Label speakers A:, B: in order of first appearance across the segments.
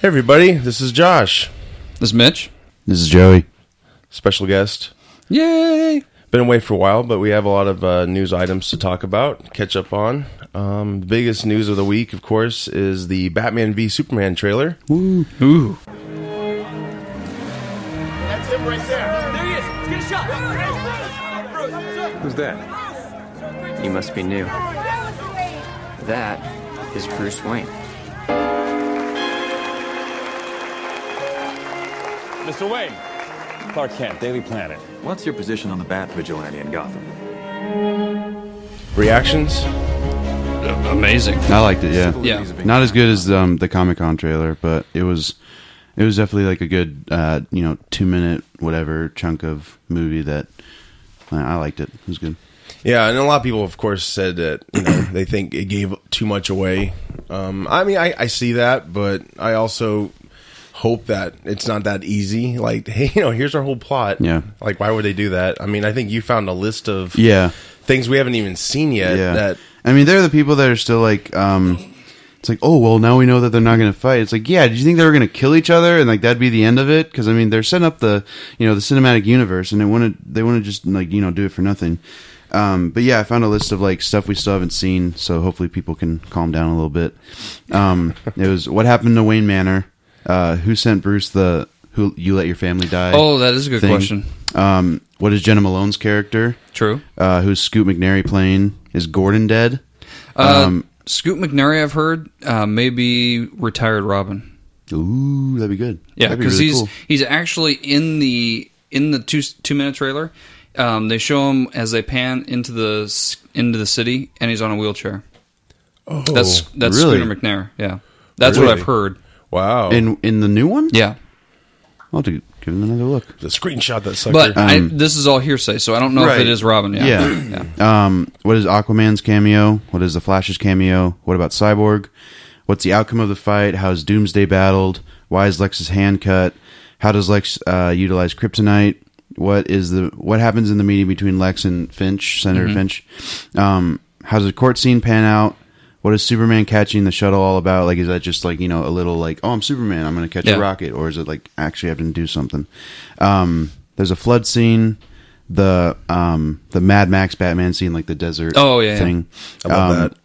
A: Hey everybody, this is Josh,
B: This is Mitch.
C: This is Joey.
A: special guest.
B: Yay!
A: Been away for a while, but we have a lot of uh, news items to talk about, catch up on. Um, the biggest news of the week, of course, is the Batman v Superman trailer.
B: Ooh.
D: There he is. Let's get a shot. Who's that?
E: You must be new.
D: Bruce.
E: That is Bruce Wayne.
F: Mr. Wayne. Clark Kent, Daily Planet.
G: What's your position on the Bat Vigilante in Gotham?
A: Reactions?
B: Amazing.
C: I liked it. Yeah,
B: Yeah.
C: Not as good as um, the Comic Con trailer, but it was it was definitely like a good uh, you know two minute whatever chunk of movie that uh, I liked it. It was good.
A: Yeah, and a lot of people, of course, said that you know, they think it gave too much away. Um, I mean, I, I see that, but I also hope that it's not that easy. Like, hey, you know, here's our whole plot.
C: Yeah.
A: Like, why would they do that? I mean, I think you found a list of
C: Yeah,
A: things we haven't even seen yet
C: yeah.
A: that
C: I mean, they're the people that are still like. Um, it's like, oh well, now we know that they're not going to fight. It's like, yeah, did you think they were going to kill each other and like that'd be the end of it? Because I mean, they're setting up the you know the cinematic universe, and they want to they want to just like you know do it for nothing. Um, but yeah, I found a list of like stuff we still haven't seen, so hopefully people can calm down a little bit. Um, it was what happened to Wayne Manor, uh, who sent Bruce the who you let your family die.
B: Oh, that is a good
C: thing.
B: question.
C: Um, what is Jenna Malone's character?
B: True.
C: Uh, who's Scoot McNairy playing? Is Gordon dead? Um,
B: Uh, Scoot McNairy, I've heard, uh, maybe retired Robin.
C: Ooh, that'd be good.
B: Yeah,
C: That'd be
B: because
C: really
B: he's
C: cool.
B: he's actually in the in the two two minute trailer. Um, they show him as they pan into the s- into the city, and he's on a wheelchair. Oh, that's that's
C: really?
B: Scooter McNair. Yeah, that's what
A: Really?
B: I've heard.
A: wow.
C: in in the new one.
B: Yeah,
C: I'll have to give him another look.
A: the screenshot that sucker.
B: but I,
C: Um,
B: this is all hearsay, so I don't know
C: Right.
B: if it is Robin. Yeah,
C: Yeah.
B: yeah.
C: Um, what is Aquaman's cameo? What is the Flash's cameo? What about Cyborg? What's the outcome of the fight? How's Doomsday battled? Why is Lex's hand cut? How does Lex uh, utilize kryptonite? What is the what happens in the meeting between Lex and Finch, Senator
B: Mm-hmm.
C: Finch? Um, how does the court scene pan out? What is Superman catching the shuttle all about? Like, is that just like you know a little like, oh, I'm Superman, I'm going to catch
B: Yeah.
C: a rocket, or is it like actually having to do something? Um, there's a flood scene, the um, the Mad Max Batman scene, like the desert.
B: Oh, yeah, yeah.
C: thing.
A: I love that.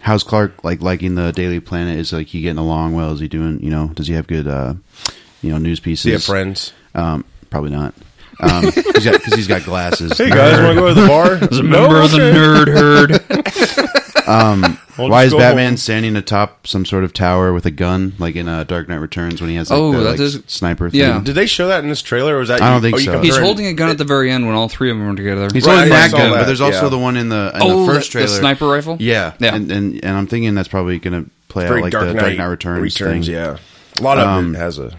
C: How's Clark like liking the Daily Planet? Is like he getting along well? Is he doing you know? Does he have good uh, you know news pieces?
A: See ya, friends.
C: Um, probably not. Um, because he's got glasses.
A: Hey guys, want to go to the bar? As a
B: Member of the nerd herd.
C: Why is Batman standing atop some sort of tower with a gun, like in uh, Dark Knight Returns when he has like,
B: Oh,
C: the
B: that
C: like,
B: is-
C: sniper thing?
B: yeah.
A: Did they show that in this trailer? Or was that?
C: I don't
A: you-
C: think
A: oh, you
C: so.
A: compared-
B: He's holding a gun at the very end when all three of them are together.
C: He's
A: Right,
C: only
A: I
C: that
A: saw
C: gun,
A: that,
C: but there's also
A: yeah.
C: the one in the, in
B: Oh,
C: the
B: the-
C: first
B: the
C: trailer,
B: sniper rifle?
C: Yeah,
B: Yeah.
C: And, and and I'm thinking that's probably going to play out
A: very
C: like
A: Dark,
C: the
A: Knight
C: Dark Knight Returns,
A: returns
C: thing.
A: yeah. A lot of
C: Um,
A: it has a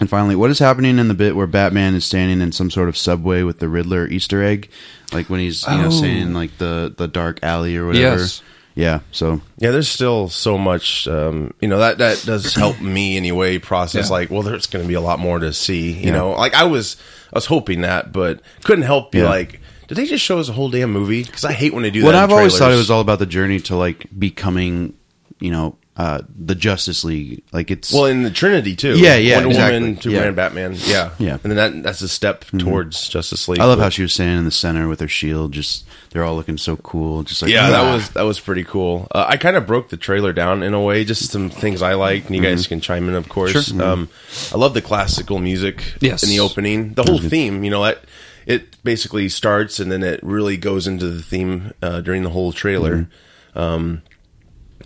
C: And finally, what is happening in the bit where Batman is standing in some sort of subway with the Riddler Easter egg, like when he's you know
B: Oh.
C: saying like the the dark alley or whatever.
B: Yes.
C: Yeah. So
A: yeah. There's still so much, um, you know that that does help me anyway. Process
B: Yeah.
A: like, well, there's going to be a lot more to see. You
C: Yeah.
A: know, like I was I was hoping that, but couldn't help be
C: Yeah.
A: like, did they just show us a whole damn movie? Because I hate when they do
C: Well,
A: that.
C: and
A: in
C: I've always thought it
A: trailers.
C: was all about the journey to like becoming, you know, uh, the Justice League. Like it's
A: Well, in the Trinity too.
C: Yeah, yeah,
A: Wonder Woman,
C: exactly.
A: Superman,
C: Yeah.
A: Batman. Yeah,
C: Yeah. Mm-hmm.
A: And then that that's a step towards Justice League.
C: I love
A: but-
C: how she was standing in the center with her shield. Just they're all looking so cool. Just like
A: yeah,
C: "Ah."
A: that was that was pretty cool. Uh, I kind of broke the trailer down in a way, just some things I liked, and you
C: Mm-hmm.
A: guys can chime in, of course. Um, I love the classical music
B: Yes.
A: in the opening, the whole
C: Mm-hmm.
A: theme. You know, it it basically starts and then it really goes into the theme uh, during the whole trailer. Um,
C: Mm-hmm.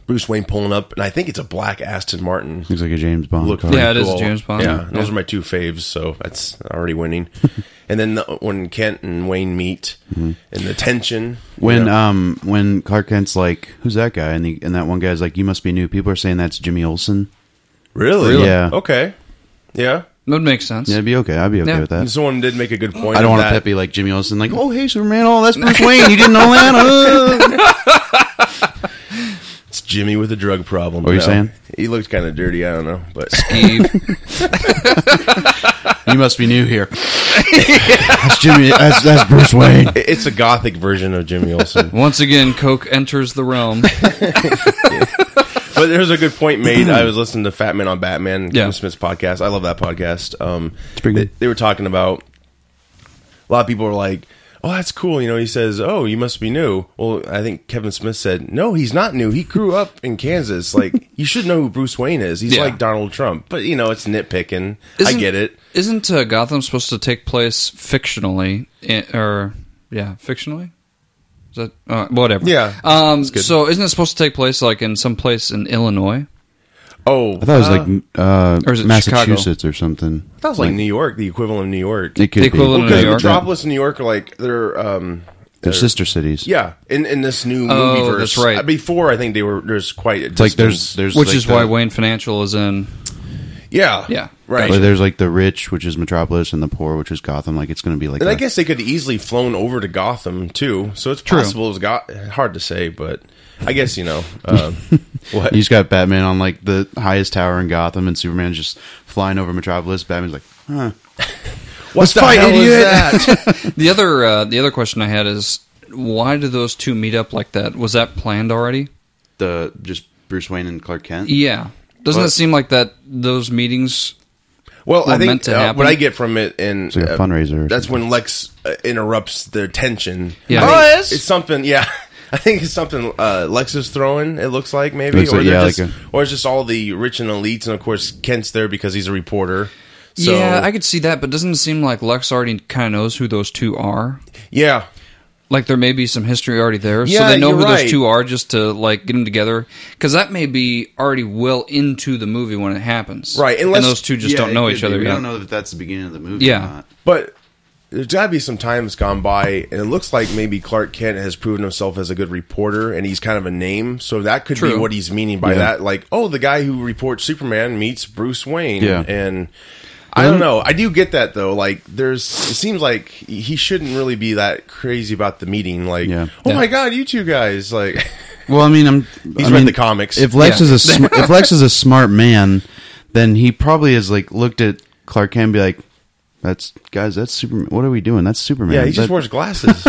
A: Bruce Wayne pulling up, and I think it's a black Aston Martin.
C: looks like a James Bond.
A: Look,
C: car.
B: Yeah, it is James Bond.
A: Yeah, and those
B: Yeah.
A: are my two faves, so that's already winning. and then the, when Kent and Wayne meet, and the tension you
C: Mm-hmm. When
A: know.
C: um when Clark Kent's like, "Who's that guy?" and the, and that one guy's like, "You must be new." People are saying that's Jimmy Olsen.
A: Really?
C: Really? Yeah.
A: Okay. Yeah.
B: That would make sense.
C: Yeah, it'd be okay. I'd be okay
B: Yeah.
C: with that.
A: Someone did make a good point.
C: I
A: of
C: don't want to
A: that.
C: peppy like Jimmy Olsen, like, oh hey Superman, oh that's Bruce Wayne. You didn't know that? Uh.
A: It's Jimmy with a drug problem.
C: What were you saying?
A: He looked kind of dirty. I don't know, but
B: Eve.
C: you must be new here. that's Jimmy. That's, that's Bruce Wayne.
A: It- it's a gothic version of Jimmy Olsen.
B: Once again, Coke enters the realm.
A: but there's a good point made. I was listening to Fat Man on Batman, Kevin
B: Yeah.
A: Smith's podcast. I love that podcast. Um,
C: pretty
A: they,
C: good.
A: they were talking about a lot of people were like, "Oh, that's cool." You know, he says, "Oh, you must be new." Well, I think Kevin Smith said, "No, he's not new. He grew up in Kansas. Like, you should know who Bruce Wayne is. He's
B: Yeah.
A: like Donald Trump." But you know, it's nitpicking. I
B: Isn't-
A: get it.
B: Isn't uh, Gotham supposed to take place fictionally? In, or yeah, fictionally. Is that uh, whatever?
A: Yeah,
B: Um.
A: that's good.
B: So isn't it supposed to take place like in some place in Illinois?
A: Oh,
C: I thought it was like uh,
B: or is it
C: Massachusetts or something.
A: that was like New York, the equivalent of New York.
C: It could
B: The equivalent
C: be.
B: of
A: Because
B: New York.
A: Metropolis and New York are like they're um
C: They're sister cities.
A: yeah in in this new
B: Oh,
A: movie verse.
B: that's right.
A: Before I think they were there's quite a
C: It's like there's
A: distance.
C: there's
B: Which
C: like
B: is
C: the-
B: why Wayne Financial is in.
A: yeah
B: Yeah.
A: right.
C: Like, there's like the rich, which is Metropolis, and the poor, which is Gotham. Like it's going to be like
A: and I
C: a-
A: guess they could easily flown over to Gotham too, so it's possible. It's got hard to say, but I guess you know uh, what.
C: You just got Batman on like the highest tower in Gotham, and Superman's just flying over Metropolis. Batman's like, huh?
A: What's the
C: fight,
A: hell is
C: idiot!
A: that?
B: The other uh, the other question I had is why do those two meet up like that? Was that planned already?
C: The just Bruce Wayne and Clark Kent.
B: Yeah. Doesn't
C: What?
B: it seem like that those meetings?
A: well, I
B: Well,
A: think
B: meant to
A: uh,
B: happen.
A: what I get from it and
C: like a fundraiser or
A: That's when Lex uh, interrupts their tension.
B: Yeah.
A: I think
B: Oh, it
A: it's something. Yeah. I think it's something uh, Lex is throwing. It looks like maybe,
C: Looks
A: or
C: like-
A: they're
C: yeah,
A: just,
C: like
A: or it's just all the rich and elites, and of course Kent's there because he's a reporter. So,
B: yeah, I could see that, but doesn't it seem like Lex already kind of knows who those two are?
A: yeah,
B: Like there may be some history already there, so
A: Yeah,
B: they know
A: you're
B: who
A: right.
B: those two are just to like get them together. Because that may be already well into the movie when it happens,
A: Right, unless-
B: and those two just don't know each other
C: We
B: yet.
C: don't know if that's the beginning of the movie.
B: Yeah.
C: Or not.
A: But there's got to be some time that's gone by, and it looks like maybe Clark Kent has proven himself as a good reporter, and he's kind of a name. So that could be
B: True.
A: what he's meaning by
C: Yeah.
A: that. Like, oh, the guy who reports Superman meets Bruce Wayne.
C: Yeah.
A: And I don't know. I do get that, though. Like, there's, it seems like he shouldn't really be that crazy about the meeting. Like,
C: Yeah.
A: oh
B: Yeah.
A: my God, you two guys. Like,
C: Well, I mean, I'm.
A: He's
C: I
A: read
C: mean,
A: the comics.
C: If Lex
B: Yeah.
C: is a sm- if Lex is a smart man, then he probably has like looked at Clark Kent and be like, "That's guys, that's Superman. What are we doing? That's Superman."
A: yeah, he just
C: That-
A: wears glasses.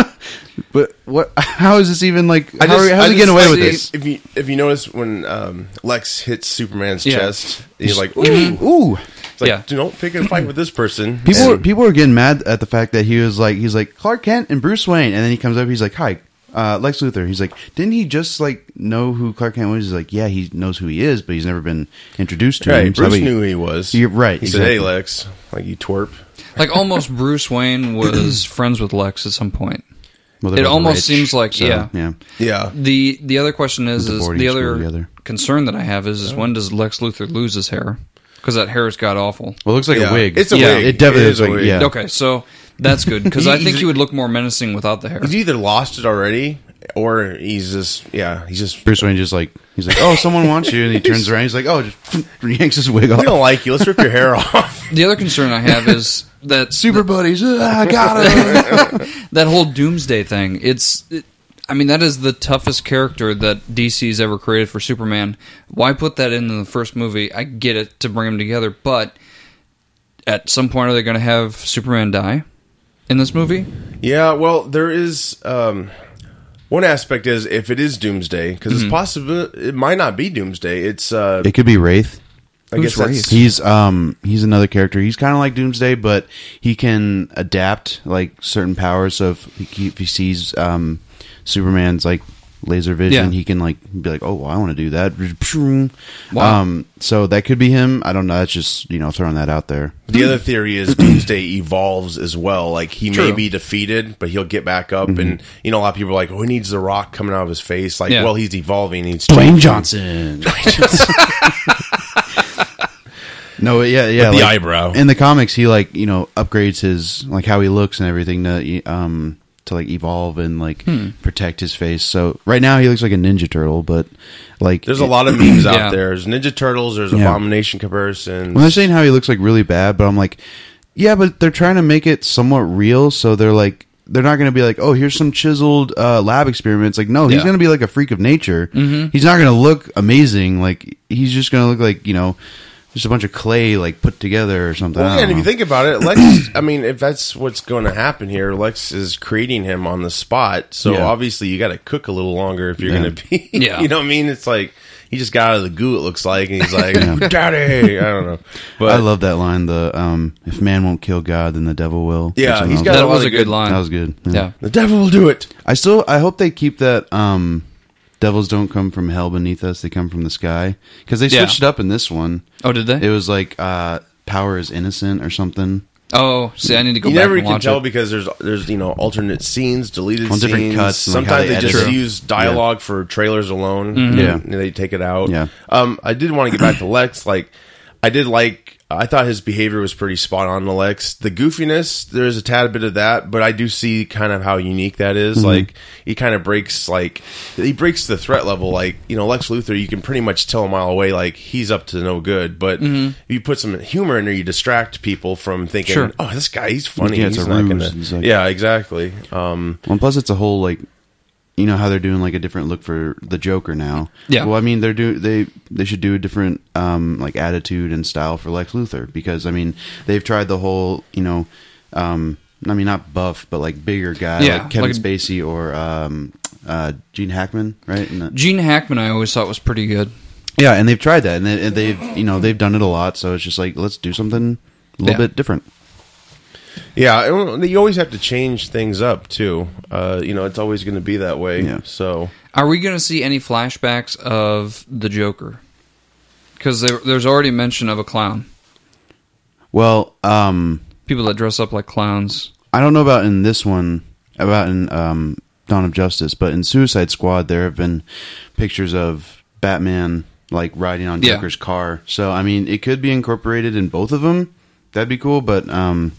C: But what? How is this even like? How
A: I just-
C: are, how's
A: I
C: he
A: just-
C: getting away
A: I
C: with
A: see-
C: this?
A: If you if you notice when um, Lex hits Superman's
B: Yeah.
A: chest, he's like, "Ooh,
C: Ooh,
A: It's like,
B: Yeah.
A: don't pick a fight with this person.
C: people were,
A: And-
C: people were getting mad at the fact that he was like he's like Clark Kent and Bruce Wayne, and then he comes up, he's like, "Hi, uh, Lex Luthor." He's like, "Didn't he just like know who Clark Kent was?" He's like, "Yeah, he knows who he is, but he's never been introduced to
A: right,
C: him." So
A: Bruce
C: we-
A: knew who he was.
C: You're right,
A: He said, "Hey,
C: exactly.
A: Lex, like you twerp."
B: like almost Bruce Wayne was friends with Lex at some point.
C: Well,
B: It
C: they're both
B: almost seems like- yeah.
C: yeah.
A: Yeah,
B: The the other question is
C: The
B: is
C: boarding
B: the
C: school
B: other
C: together.
B: concern that I have is is when does Lex Luthor lose his hair? Because that hair's got awful.
C: Well, it looks like
A: Yeah.
C: a wig.
A: It's a
B: Yeah.
A: wig.
C: It definitely
A: It
C: looks
A: is a
C: like
A: wig.
C: yeah.
B: Okay, so that's good because I
A: He-
B: think
A: he's-
B: he would look more menacing without the hair.
A: he's either lost it already, or he's just yeah, he's just.
C: Bruce Wayne just like he's like, "Oh, someone wants you," and he turns around, he's like, "Oh," just yanks his wig
A: We don't
C: off.
A: like you. Let's rip your hair off.
B: The other concern I have is that
C: Super buddies, ah, I got him.
B: that whole Doomsday thing. It's, it, I mean, that is the toughest character that DC's ever created for Superman. Why put that in, in the first movie? I get it to bring them together, but at some point, are they going to have Superman die in this movie?
A: yeah, well, there is um, one aspect is if it is Doomsday because
B: Mm-hmm.
A: it's possible it might not be Doomsday. It's uh,
C: it could be Wraith.
A: I guess that's
C: He's um he's another character. He's kind of like Doomsday, but he can adapt like certain powers. So if he, if he sees um Superman's like laser vision,
B: Yeah.
C: he can like be like, "Oh, well, I want to do that."
B: Wow.
C: Um, so that could be him. I don't know. That's just you know throwing that out there.
A: The other theory is Doomsday evolves as well. Like he may
B: True. Mm-hmm.
A: be defeated, but he'll get back up. And you know, a lot of people are like, "Oh, he needs the rock coming out of his face." Like,
B: Yeah.
A: well, he's evolving. He's
C: Dwayne
A: changing.
C: Johnson. no, yeah, yeah.
A: With the
C: like,
A: eyebrow.
C: in the comics, he like you know upgrades his like how he looks and everything to um to like evolve and like protect his face. So right now he looks like a Ninja Turtle, but like
A: There's a lot of memes out
B: Yeah.
A: there. There's Ninja Turtles. There's
C: Yeah.
A: Abomination comparisons.
C: Well, they're saying how he looks like really bad, but I'm like, yeah, but they're trying to make it somewhat real, so they're like, they're not going to be like, oh, here's some chiseled uh, lab experiments. Like, no, he's
B: Yeah. Mm-hmm.
C: going to be like a freak of nature. He's not going to look amazing. Like, he's just going to look like you know, just a bunch of clay like put together or something.
A: Well,
C: I
A: yeah,
C: don't
A: and if you
C: know.
A: think about it, Lex. I mean, if that's what's going to happen here, Lex is creating him on the spot. So
C: Yeah.
A: obviously, you got to cook a little longer if you're
C: Yeah.
A: going to be.
B: Yeah.
A: you know what I mean? It's like he just got out of the goo. It looks like, and he's like, "Daddy," I don't know. But
C: I love that line. The um, if man won't kill God, then the devil will.
A: Yeah,
C: Or something.
A: he's got
B: That
A: a lot
B: was
A: of
B: a good
A: good-
B: line.
C: that was good.
B: yeah.
A: the devil will do it.
C: I still I hope they keep that um devils don't come from hell beneath us they come from the sky cuz they
B: Yeah.
C: switched it up in this one.
B: Oh, did they?
C: It was like uh power is innocent or something.
B: oh, see, I need to go
A: you
B: back
A: never
B: and
A: can
B: watch
A: tell
B: it.
A: because there's there's you know alternate scenes, deleted
C: On
A: scenes,
C: different cuts and, like, how
A: Sometimes
C: they
A: they
C: edit
A: just
C: it.
A: use dialogue for trailers alone.
C: Yeah.
A: and they take it out.
C: Yeah.
A: Um, I did want to get back to Lex. Like, I did like. I thought his behavior was pretty spot on to Lex. The goofiness, there is a tad bit of that, but I do see kind of how unique that is.
C: Mm-hmm.
A: Like, he kind of breaks like he breaks the threat level. Like, you know, Lex Luthor, you can pretty much tell a mile away like he's up to no good. But
C: Mm-hmm.
A: if you put some humor in there, you distract people from thinking,
B: Sure.
A: "Oh, this guy, he's funny.
C: Yeah, it's
A: he's
C: a
A: not
C: ruse.
A: gonna."
C: It's like-
A: yeah, exactly. Um,
C: Well, plus it's a whole like you know how they're doing like a different look for the Joker now.
B: Yeah.
C: Well, I mean they're do they they should do a different um like attitude and style for Lex Luthor because I mean they've tried the whole, you know, um I mean not buff but like bigger guy
B: Yeah,
C: like Kevin
B: like-
C: Spacey or um uh Gene Hackman, right? And that-
B: Gene Hackman, I always thought was pretty good.
C: Yeah, and they've tried that, and, they, and they've you know they've done it a lot. So it's just like let's do something a little
B: Yeah.
C: bit different.
A: Yeah, and you always have to change things up too. Uh, you know, it's always going to be that way.
C: Yeah.
A: So
B: Are we going to see any flashbacks of the Joker? Because there, there's already mention of a clown.
C: Well, um,
B: People that dress up like clowns.
C: I don't know about in this one about in um, Dawn of Justice, but in Suicide Squad there have been pictures of Batman like riding on
B: Yeah.
C: Joker's car. So I mean, it could be incorporated in both of them. That'd be cool, but um,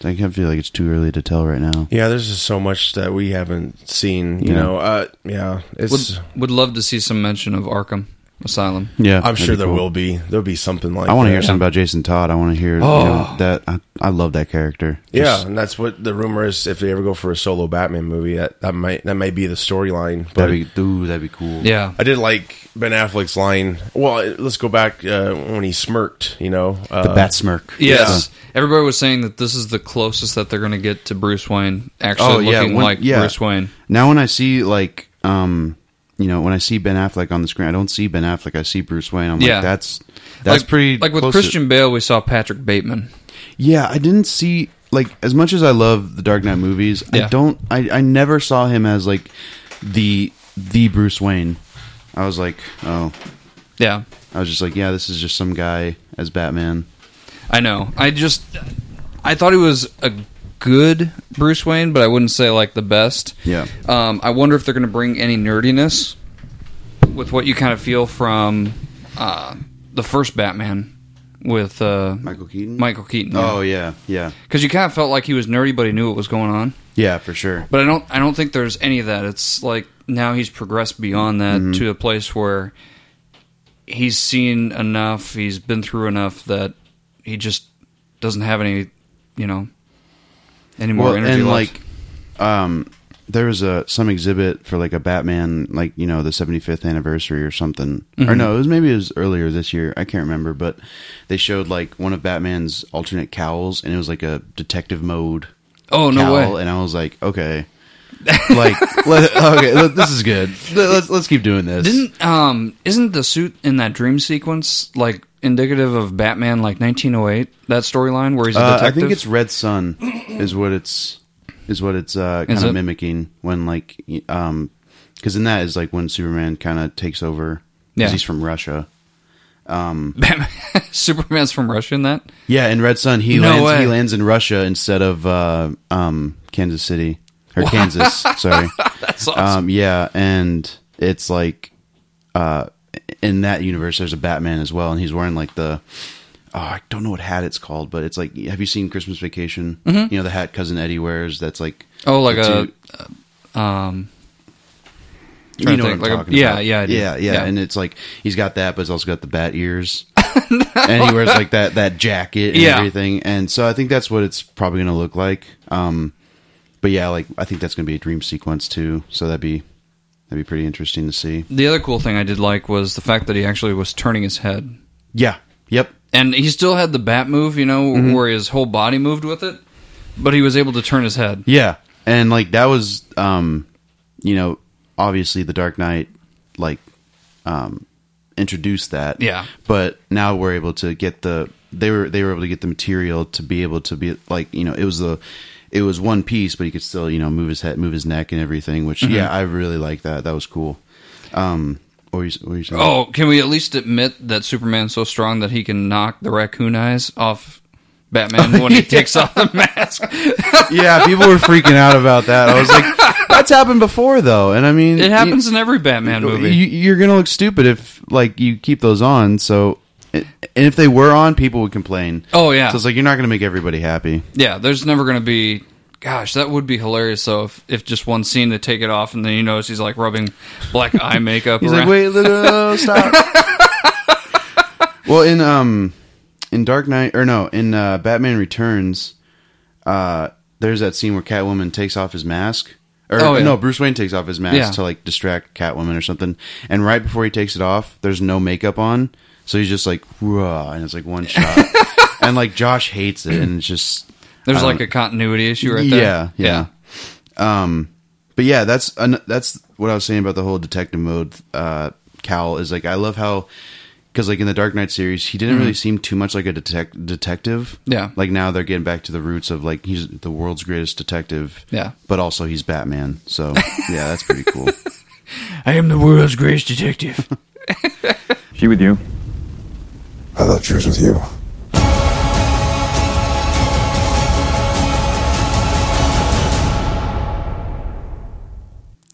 C: I kind of feel like it's too early to tell right now.
A: yeah, there's just so much that we haven't seen. You
C: Yeah.
A: know, uh, yeah,
B: Would
A: it's.
B: would love to see some mention of Arkham Asylum.
C: Yeah,
A: I'm
C: that'd
A: sure
C: be
A: there
C: cool.
A: will be. There'll be something like.
C: I want to
A: that.
C: hear something about Jason Todd. I want to hear you know, that. I, I love that character.
A: Oh. Yeah,
C: Just-
A: and that's what the rumor is. If they ever go for a solo Batman movie, that, that might that might be the storyline. But
C: that'd be dude, that'd be cool.
B: Yeah,
A: I did like Ben Affleck's line. Well, let's go back uh, when he smirked. You know, uh,
C: the bat smirk.
B: Yes. Everybody was saying that this is the closest that they're going to get to Bruce Wayne actually
C: Oh, yeah,
B: looking
C: when-
B: like
C: yeah.
B: Bruce Wayne.
C: Now when I see like um you know when I see Ben Affleck on the screen, I don't see Ben Affleck. I see Bruce Wayne. I'm
B: Yeah.
C: like that's that's
B: like,
C: pretty
B: Like with
C: close to-
B: Christian Bale, we saw Patrick Bateman.
C: Yeah, I didn't see like as much as I love the Dark Knight movies.
B: Yeah.
C: I don't. I I never saw him as like the the Bruce Wayne. I was like, oh,
B: Yeah,
C: I was just like, yeah, this is just some guy as Batman.
B: I know. I just I thought he was a good Bruce Wayne, but I wouldn't say like the best.
C: Yeah.
B: Um, I wonder if they're going to bring any nerdiness with what you kind of feel from uh, the first Batman with uh,
C: Michael Keaton?
B: Michael Keaton.
C: Oh yeah, yeah,
B: because you kind of felt like he was nerdy, but he knew what was going on.
C: yeah, for sure.
B: But I don't I don't think there's any of that. It's like now he's progressed beyond that
C: Mm-hmm.
B: to a place where he's seen enough, he's been through enough that he just doesn't have any, you know, any more energy
C: and
B: left.
C: like um there was a some exhibit for like a batman like you know the 75th anniversary or something
B: Mm-hmm.
C: or no it was maybe it was earlier this year i can't remember but they showed like one of batman's alternate cowls and it was like a detective mode
B: oh no
C: cowl
B: way.
C: and i was like okay like let, okay let- this is good Let- let's let's keep doing this
B: Didn't um isn't the suit in that dream sequence like indicative of Batman like 1908 that storyline where he's a
C: Uh,
B: detective?
C: I think it's Red Sun is what it's is what it's
B: Is
C: uh, kind
B: it?
C: of mimicking when like y- um because in that is like when Superman kind of takes over 'cause
B: Yeah.
C: he's from Russia.
B: Batman, Superman's from Russia in that.
C: Yeah, in Red Sun he
B: No
C: lands
B: way.
C: he lands in Russia instead of uh, um Kansas City or Kansas. Sorry.
B: That's awesome.
C: Um, yeah, and it's like uh in that universe there's a Batman as well, and he's wearing like the oh, I don't know what hat it's called, but it's like, have you seen Christmas Vacation? You know, the hat cousin Eddie wears. That's like,
B: Mm-hmm. Oh, like
C: the
B: a,
C: two-
B: um,
C: you
B: trying to
C: know what I'm
B: think, like a-
C: talking
B: yeah,
C: about?
B: yeah, I do.
C: yeah, yeah,
B: Yeah.
C: And it's like he's got that, but he's also got the bat ears, and he wears like that that jacket and
B: Yeah.
C: everything. And so I think that's what it's probably going to look like. Um, but yeah, like I think that's going to be a dream sequence too. So that'd be that'd be pretty interesting to see.
B: the other cool thing I did like was the fact that he actually was turning his head.
C: Yeah. Yep.
B: And he still had the bat move, you know,
C: Mm-hmm.
B: where his whole body moved with it, but he was able to turn his head.
C: Yeah. And like that was um you know, obviously the Dark Knight like um introduced that.
B: Yeah.
C: But now we're able to get the they were they were able to get the material to be able to be like, you know, it was the it was one piece, but he could still, you know, move his head, move his neck and everything, which
B: Mm-hmm.
C: yeah, I really like that. That was cool. Um what were you, what were you saying?
B: Oh, can we at least admit that Superman's so strong that he can knock the raccoon eyes off Batman when he takes off the mask?
C: yeah, people were freaking out about that. I was like, that's happened before though. And I mean
B: It
C: you-
B: happens in every Batman movie.
C: You, you're gonna look stupid if like you keep those on. So, and if they were on, people would complain.
B: Oh, yeah.
C: So it's like you're not gonna make everybody happy.
B: Yeah, there's never going to be. Gosh, that would be hilarious. though if, if just one scene they take it off and then you notice he's like rubbing black eye makeup.
C: He's
B: around.
C: like, wait, no, no, no, stop. well, in um, in Dark Knight or no, in uh, Batman Returns, uh, there's that scene where Catwoman takes off his mask. Or,
B: Oh, yeah.
C: no, Bruce Wayne takes off his mask
B: Yeah.
C: to like distract Catwoman or something. And right before he takes it off, there's no makeup on, so he's just like, "Whoa," and it's like one shot. and like Josh hates it, and it's just
B: there's
C: I
B: like
C: don't-
B: a continuity issue right there.
C: yeah, yeah, Um, but yeah, that's an, that's what I was saying about the whole detective mode. Uh, Cal is like, I love how because like in the Dark Knight series, he didn't really seem too much like a detec- detective.
B: Mm-hmm. Yeah.
C: like now they're getting back to the roots of like he's the world's greatest detective.
B: Yeah.
C: but also he's Batman. So yeah, that's pretty cool.
H: I am the world's greatest detective.
G: She with you?
I: I thought she was with you.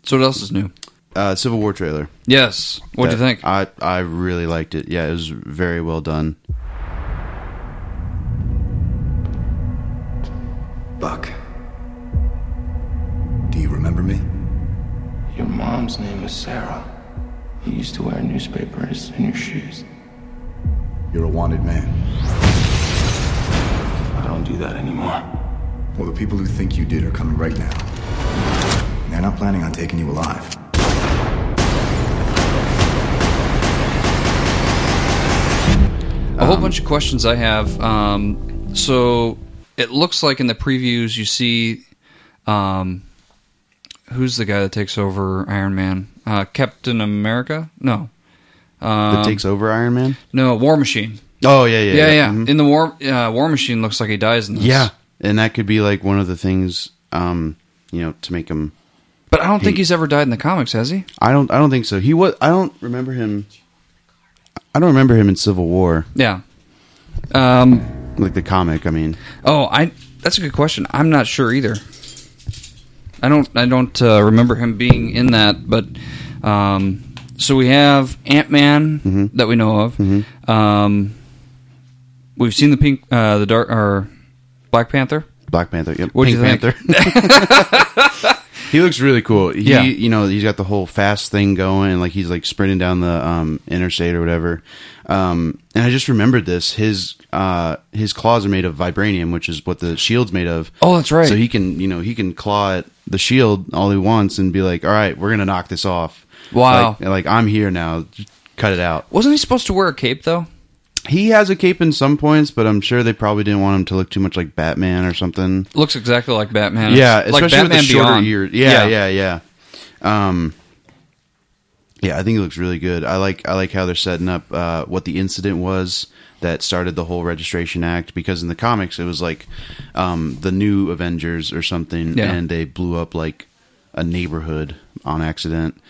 B: So what else is new?
C: uh, Civil War trailer.
B: Yes. What do you
C: That-
B: think?
C: I I really liked it. Yeah, it was very well done.
I: Buck. Do you remember me?
J: Your mom's name is Sarah. You used to wear newspapers in your shoes.
I: You're a wanted man.
J: I don't do that anymore.
I: Well, the people who think you did are coming right now. And They're not planning on taking you alive.
B: a
C: um,
B: whole bunch of questions I have. Um, so it looks like in the previews you see, um, who's the guy that takes over Iron Man? Uh, Captain America? No,
C: that takes over Iron Man.
B: no, War Machine.
C: Oh yeah, yeah,
B: Um, Yeah, yeah.
C: Mhm.
B: In the War uh, War Machine looks like he dies in this.
C: Yeah, and that could be like one of the things, um, you know, to make him.
B: but I don't think he's ever died in the comics, has he?
C: I don't. I don't think so. He was. I don't remember him. I don't remember him in Civil War,
B: Yeah. Um.
C: like the comic. I mean,
B: Oh, I. That's a good question. I'm not sure either. I don't. I don't uh, remember him being in that. But um, so we have Ant Man
C: Mm-hmm.
B: that we know of. Um, we've seen the pink, uh, the dark, or Black Panther.
C: Black Panther. Yep.
B: What'd you think?
C: Panther. he looks really cool. He,
B: Yeah.
C: You know, he's got the whole fast thing going, and like he's like sprinting down the um, interstate or whatever. Um, and I just remembered this. His uh, his claws are made of vibranium, which is what the shield's made of.
B: Oh, that's right.
C: So he can, you know, he can claw at the shield all he wants and be like, "All right, we're gonna knock this off."
B: Wow.
C: Like, like I'm here now. Just Cut it out.
B: Wasn't he supposed to wear a cape though?
C: He has a cape in some points, but I'm sure they probably didn't want him to look too much like Batman or something.
B: Looks exactly like Batman.
C: Yeah,
B: It's like
C: especially
B: Batman
C: with the shorter
B: Beyond.
C: ears. Yeah, yeah, yeah, Um, yeah, I think it looks really good. I like I like how they're setting up uh, what the incident was that started the whole registration act because in the comics it was like um, the new Avengers or something,
B: Yeah.
C: and they blew up like a neighborhood on accident.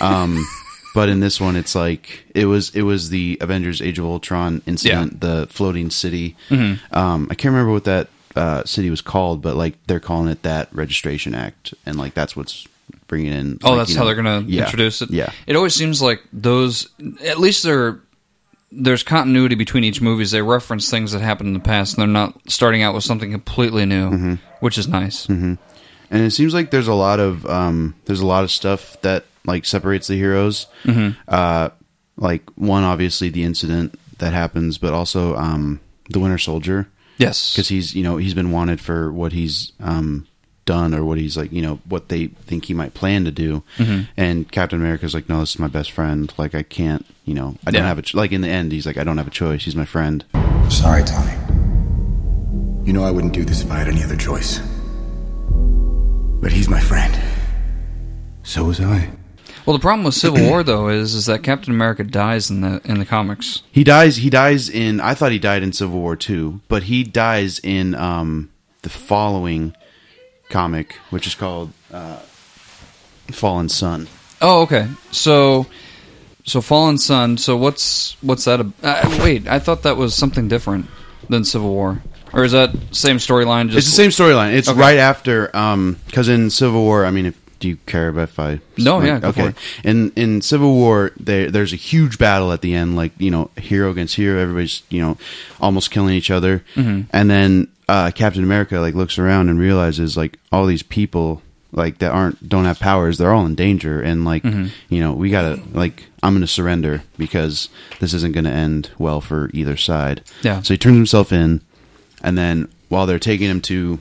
C: Um, but in this one, it's like it was it was the Avengers Age of Ultron incident, the floating city.
B: Mm-hmm.
C: Um, I can't remember what that uh, city was called, but like they're calling it that Registration Act, and like that's what's bringing in.
B: Oh,
C: like,
B: that's
C: you
B: how
C: know-
B: they're going to
C: Yeah.
B: introduce it.
C: Yeah,
B: It always seems like those, at least they're there's continuity between each movie. They reference things that happened in the past, and they're not starting out with something completely new,
C: Mm-hmm.
B: which is nice.
C: and it seems like there's a lot of um, there's a lot of stuff that like separates the heroes.
B: Mm-hmm.
C: Uh, like one, obviously the incident that happens, but also um, the Winter Soldier
B: Yes,
C: because he's you know he's been wanted for what he's um, done or what he's like you know what they think he might plan to do.
B: Mm-hmm.
C: And Captain America's like, no, this is my best friend. Like I can't, you know, I don't
B: Yeah.
C: have a ch-. like. In the end, he's like, I don't have a choice. He's my friend.
I: Sorry, Tony. You know I wouldn't do this if I had any other choice. But he's my friend. So was I.
B: Well, the problem with Civil War though is is that Captain America dies in the in the comics.
C: He dies. He dies in. I thought he died in Civil War too, but he dies in um, the following comic, which is called uh, Fallen Sun.
B: Oh, okay. So so Fallen Sun. So what's what's that? ab- Uh, wait, I thought that was something different than Civil War, or is that same storyline? Just
C: It's the same storyline. It's
B: Okay.
C: right after because in Civil War, I mean, if do you care about if I?
B: No,
C: like,
B: yeah, go for
C: okay.
B: it.
C: In in Civil War, there there's a huge battle at the end, like you know, hero against hero. Everybody's you know almost killing each other, and then uh, Captain America like looks around and realizes like all these people like that aren't don't have powers. They're all in danger, and like you know, we gotta like I'm gonna surrender because this isn't gonna end well for either side.
B: Yeah.
C: So he turns himself in, and then while they're taking him to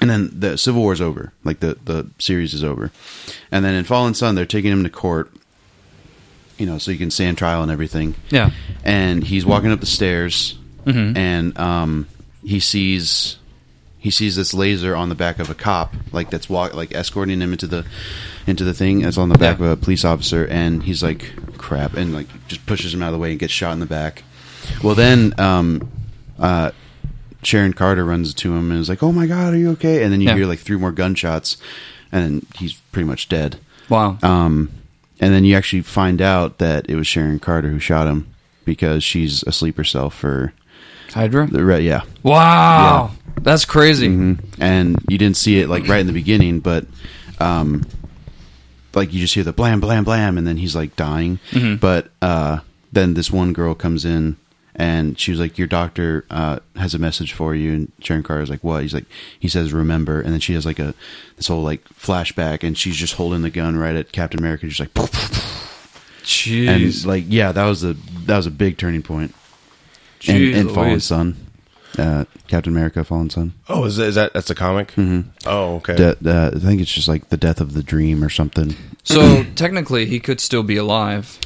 C: and then the Civil War is over, like the the series is over, and then in Fallen Sun they're taking him to court, you know, so he can stand trial and everything.
B: Yeah. Mm-hmm.
C: and he's walking up the stairs, and um, he sees he sees this laser on the back of a cop, like that's walk like escorting him into the into the thing. It's on the back
B: Yeah.
C: of a police officer, and he's like, "Crap!" and like just pushes him out of the way and gets shot in the back. Well, then um, uh, Sharon Carter runs to him and is like, "Oh my god, are you okay?" And then you
B: Yeah.
C: hear like three more gunshots, and then he's pretty much dead.
B: Wow.
C: Um, and then you actually find out that it was Sharon Carter who shot him because she's asleep herself for
B: Hydra.
C: the Mm-hmm. re- yeah.
B: Wow, that's crazy.
C: And you didn't see it like right in the beginning, but um, like you just hear the blam blam blam, and then he's like dying.
B: Mm-hmm.
C: But uh, then this one girl comes in. And she was like, "Your doctor uh, has a message for you." And Sharon Carter's like, "What?" He's like, "He says remember." And then she has like a this whole like flashback, and she's just holding the gun right at Captain America, just like, poof, poof, poof.
B: Jeez,
C: and like yeah, that was a that was a big turning point. And,
B: Jeez
C: and Fallen
B: Louise.
C: Sun, uh, Captain America, Fallen Sun.
A: Oh, is that, is that that's a comic? Mm-hmm. Oh, okay.
C: De- uh, I think it's just like the death of the dream or something.
B: So technically, he could still be alive,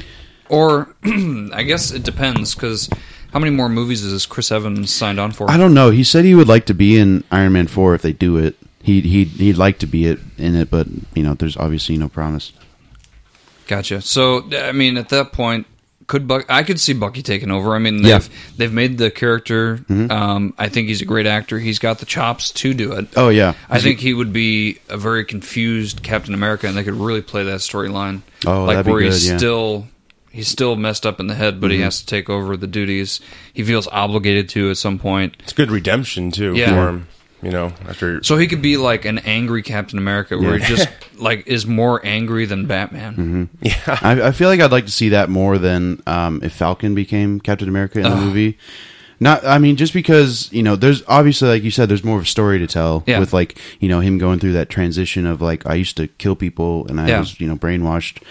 B: or I guess it depends because how many more movies is Chris Evans signed on for?
C: I don't know. He said he would like to be in Iron Man four if they do it. He he he'd like to be it in it, but you know, there's obviously no promise.
B: Gotcha. So I mean, at that point, could Buck? I could see Bucky taking over. I mean, they've
C: Yeah. Mm-hmm.
B: they've made the character. Um, I think he's a great actor. He's got the chops to do it.
C: Oh yeah,
B: I think he would be a very confused Captain America, and they could really play that storyline.
C: Oh,
B: like
C: that'd be
B: where he's
C: good, yeah. Mm-hmm.
B: still he's still messed up in the head, but he has to take over the duties he feels obligated to at some point.
A: It's good redemption too
B: Yeah.
A: for him. You know, after
B: So he could be like an angry Captain America, where he just like is more angry than Batman.
C: Mm-hmm. I, I feel like I'd like to see that more than um, if Falcon became Captain America in the movie. Not, I mean, just because you know, there's obviously, like you said, there's more of a story to tell
B: Yeah.
C: with like you know him going through that transition of like I used to kill people and I
B: Yeah.
C: was you know brainwashed.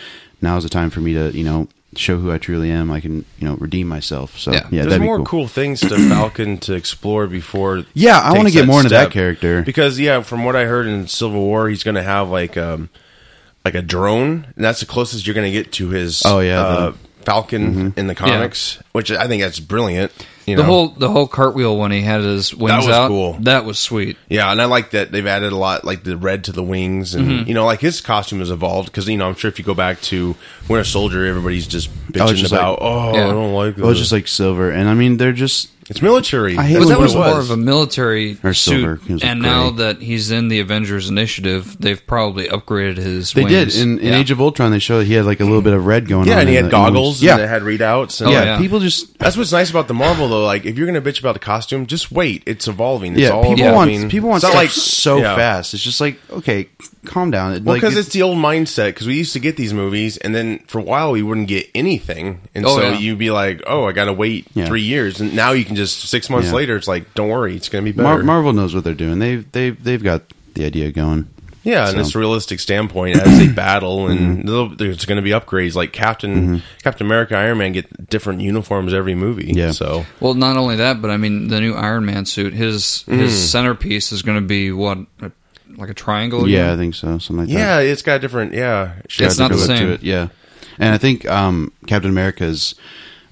C: Now's the time for me to you know show who I truly am. I can you know redeem myself. So
B: Yeah.
C: yeah,
A: there's
C: that'd be
A: more
C: cool.
A: cool. things to Falcon to explore before. it
C: Yeah, I wanna
A: takes
C: get
A: that
C: more into that
A: step.
C: character.
A: because yeah, from what I heard in Civil War, he's going to have like um like a drone, and that's the closest you're going to get to his
C: Oh, yeah,
A: uh,
C: the- Mm-hmm.
A: Falcon in the comics, which I think that's brilliant. You
B: The
A: know?
B: whole the whole cartwheel when he had his wings
A: was
B: out,
A: cool.
B: that was sweet.
A: Yeah, and I like that they've added a lot, like the red to the wings, and
B: Mm-hmm.
A: you know, like his costume has evolved because you know I'm sure if you go back to Winter Soldier, everybody's just bitching
C: just like-
A: about, oh,
B: Yeah.
A: I don't like.
C: Well, it's
A: the-"
C: just like silver, and I mean, they're just
A: It's military.
C: I hate
B: But
C: when
B: that was
C: people-
B: more of a military
C: Or silver,
B: suit,
C: 'cause it's
B: and
C: gray.
B: now that he's in the Avengers Initiative, they've probably upgraded his.
C: They
B: wings.
C: did in, in
B: Yeah.
C: Age of Ultron. They showed he had like a little bit of red going on.
A: yeah, and he
C: in
A: had
C: the- in the
A: goggles.
C: wings. Yeah,
A: and it had readouts. And
B: Oh,
C: yeah,
B: yeah.
C: People just
A: That's what's nice about the Marvel though. Like, if you're gonna bitch about the costume, just wait. It's evolving. It's
C: yeah.
A: all
C: People
A: evolving.
C: want people want
A: It's not
C: stuff so
A: yeah.
C: fast. It's just like okay, calm down. It,
A: Well,
C: like,
A: because it's, the old mindset. Because we used to get these movies, and then for a while we wouldn't get anything, and
B: Oh,
A: so
B: yeah.
A: you'd be like, "Oh, I got to wait
C: Yeah.
A: three years," and now you can just six months
C: Yeah.
A: later. It's like, "Don't worry, it's going to be better."
C: Mar- Marvel knows what they're doing. They they they've got the idea going.
A: yeah, and
C: So- Mm-hmm.
A: it's a realistic standpoint as they battle, and there'll- there's going to be upgrades. Like Captain Captain America, Iron Man get different uniforms every movie.
C: Yeah.
A: so
B: Well, not only that, but I mean the new Iron Man suit. His his centerpiece is going to be what, a- like a triangle? you
C: Yeah, I
B: know?
C: think so. Something like that.
A: yeah, it's got different. Yeah, sure.
B: It's not the
C: Go back
B: same.
C: it, yeah, and I think um, Captain America's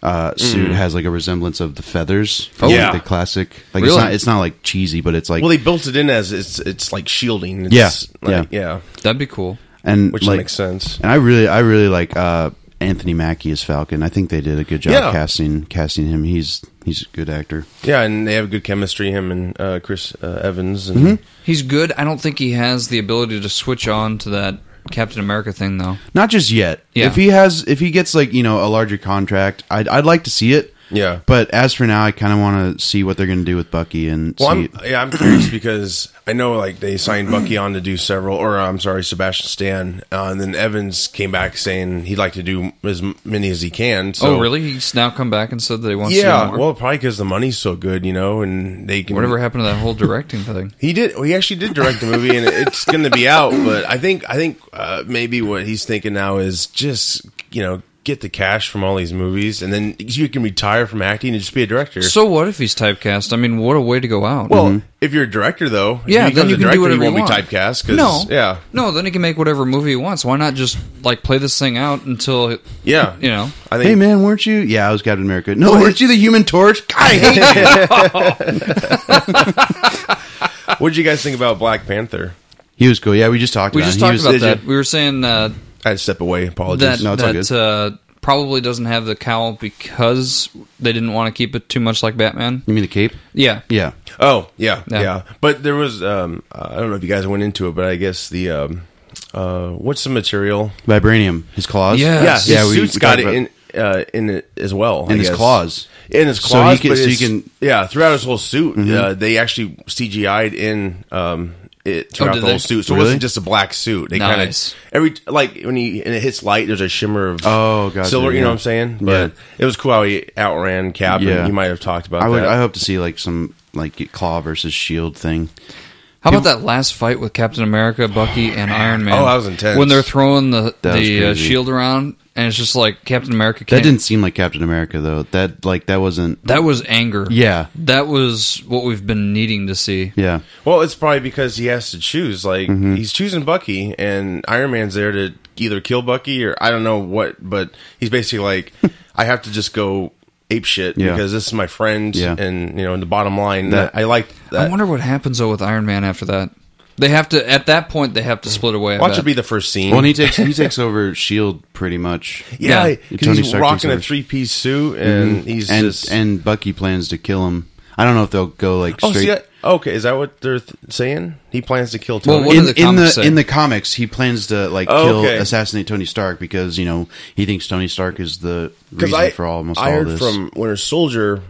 C: uh, suit has like a resemblance of the feathers.
B: Oh,
C: like
A: yeah.
C: the classic. Like it's
B: Really?
C: not it's not like cheesy, but it's like
A: well, they built it in as it's it's like shielding. It's
C: Yeah,
A: like, yeah,
B: that'd be cool.
C: and
A: which
C: like,
A: makes sense.
C: And I really I really like uh, Anthony Mackie as Falcon. I think they did a good job
A: Yeah.
C: casting casting him. He's he's a good actor.
A: Yeah, and they have good chemistry. Him and uh, Chris uh, Evans and.
B: He's good. I don't think he has the ability to switch on to that Captain America thing though.
C: Not just yet.
B: Yeah.
C: If he has if he gets like you know a larger contract, I'd I'd like to see it.
A: Yeah.
C: But as for now, I kind of want to see what they're going to do with Bucky and
A: Well, I'm,
C: see.
A: yeah, I'm curious because I know like they signed Bucky on to do several, or I'm sorry, Sebastian Stan, uh, and then Evans came back saying he'd like to do as m- many as he can. So,
B: oh, really? He's now come back and said that he wants to
A: Yeah.
B: do more.
A: Well, probably because the money's so good, you know, and they can
B: Whatever happened to that whole directing thing?
A: He did. He actually did direct the movie, and it's going to be out. But I think I think uh, maybe what he's thinking now is just you know get the cash from all these movies, and then you can retire from acting and just be a director.
B: So what if he's typecast? I mean, what a way to go out.
A: Well, if you're a director, though, if
B: yeah,
A: he
B: then
A: becomes a
B: you can do
A: director,
B: whatever
A: you won't
B: you want.
A: be typecast. 'cause-
B: no,
A: yeah,
B: no. Then he can make whatever movie he wants. Why not just like play this thing out until
A: yeah,
B: you know?
A: I think
C: Hey man, weren't you? Yeah, I was Captain America. No, weren't you the Human Torch? God, I hate you.
A: What did you guys think about Black Panther?
C: He was cool. Yeah, we just talked
B: We
C: about.
B: just
C: him.
B: talked
C: he was,
B: about
A: did
B: that.
A: you-
B: We were saying uh,
A: I had to step away. Apologies.
B: that
C: No, it's all
B: that uh, probably doesn't have the cowl because they didn't want to keep it too much like Batman.
C: You mean the cape?
B: Yeah,
C: Yeah.
A: oh yeah,
B: Yeah.
A: yeah, But there was um, uh, I don't know if you guys went into it, but I guess the um, uh, what's the material?
C: Vibranium. His claws.
B: Yeah.
A: Yeah,
B: Yes.
A: his
C: Yeah, we-
A: suit's
C: we
A: got
C: talked
A: it
C: about-
A: in uh, in it as well.
C: In
A: I
C: his
A: guess.
C: claws.
A: In his
C: So he
A: claws,
C: can-
A: but
C: so you
A: it's-
C: can- Mm-hmm.
A: yeah throughout his whole suit. Uh, they actually CGI'd in um, it throughout
B: did
A: the whole
B: they?
A: suit, so
C: Oh,
A: it
C: Really?
A: wasn't just a black suit. They
B: Nice.
A: kind of every like when he and it hits light, there's a shimmer of
C: Oh, gotcha,
A: silver. You know
C: yeah.
A: what I'm saying? But it was cool how he outran Cap.
C: Yeah.
A: and you might have talked about
C: I would.
A: that.
C: I hope to see like some like claw versus shield thing.
B: How about that last fight with Captain America, Bucky, and Iron Man?
A: Oh, that was intense.
B: When they're throwing the
C: That was
B: the uh,
C: crazy.
B: shield around, and it's just like Captain America.
C: That
B: Can't,
C: didn't seem like Captain America though. That like that wasn't.
B: That was anger.
C: Yeah.
B: that was what we've been needing to see.
C: Yeah.
A: Well, it's probably because he has to choose. Like
C: Mm-hmm.
A: he's choosing Bucky, and Iron Man's there to either kill Bucky or I don't know what. But he's basically like, I have to just go ape shit
C: Yeah.
A: because this is my friend,
C: Yeah.
A: and you know, in the bottom line,
C: That-
A: I like that.
B: I wonder what happens though with Iron Man after that. They have to at that point they have to split away. I
A: Watch
B: bet.
A: it be the first scene.
C: Well, and he takes he takes over Shield E pretty much.
A: yeah,
B: Yeah.
A: 'cause
C: Tony
A: he's
C: Stark takes
A: rocking a
C: over.
A: three piece suit, and he's
C: Mm-hmm. and
A: just
C: and Bucky plans to kill him. I don't know if they'll go like
A: oh,
C: straight.
A: see, I- okay, is that what they're th- saying? He plans to kill
B: Well,
A: Tony.
B: what-
C: in,
B: do the
C: in the
B: comics say?
C: in the comics, he plans to like
A: Oh,
C: kill
A: okay.
C: assassinate Tony Stark because you know he thinks Tony Stark is the
A: because
C: reason
A: I
C: for almost
A: I
C: all
A: heard
C: this.
A: from Winter Soldier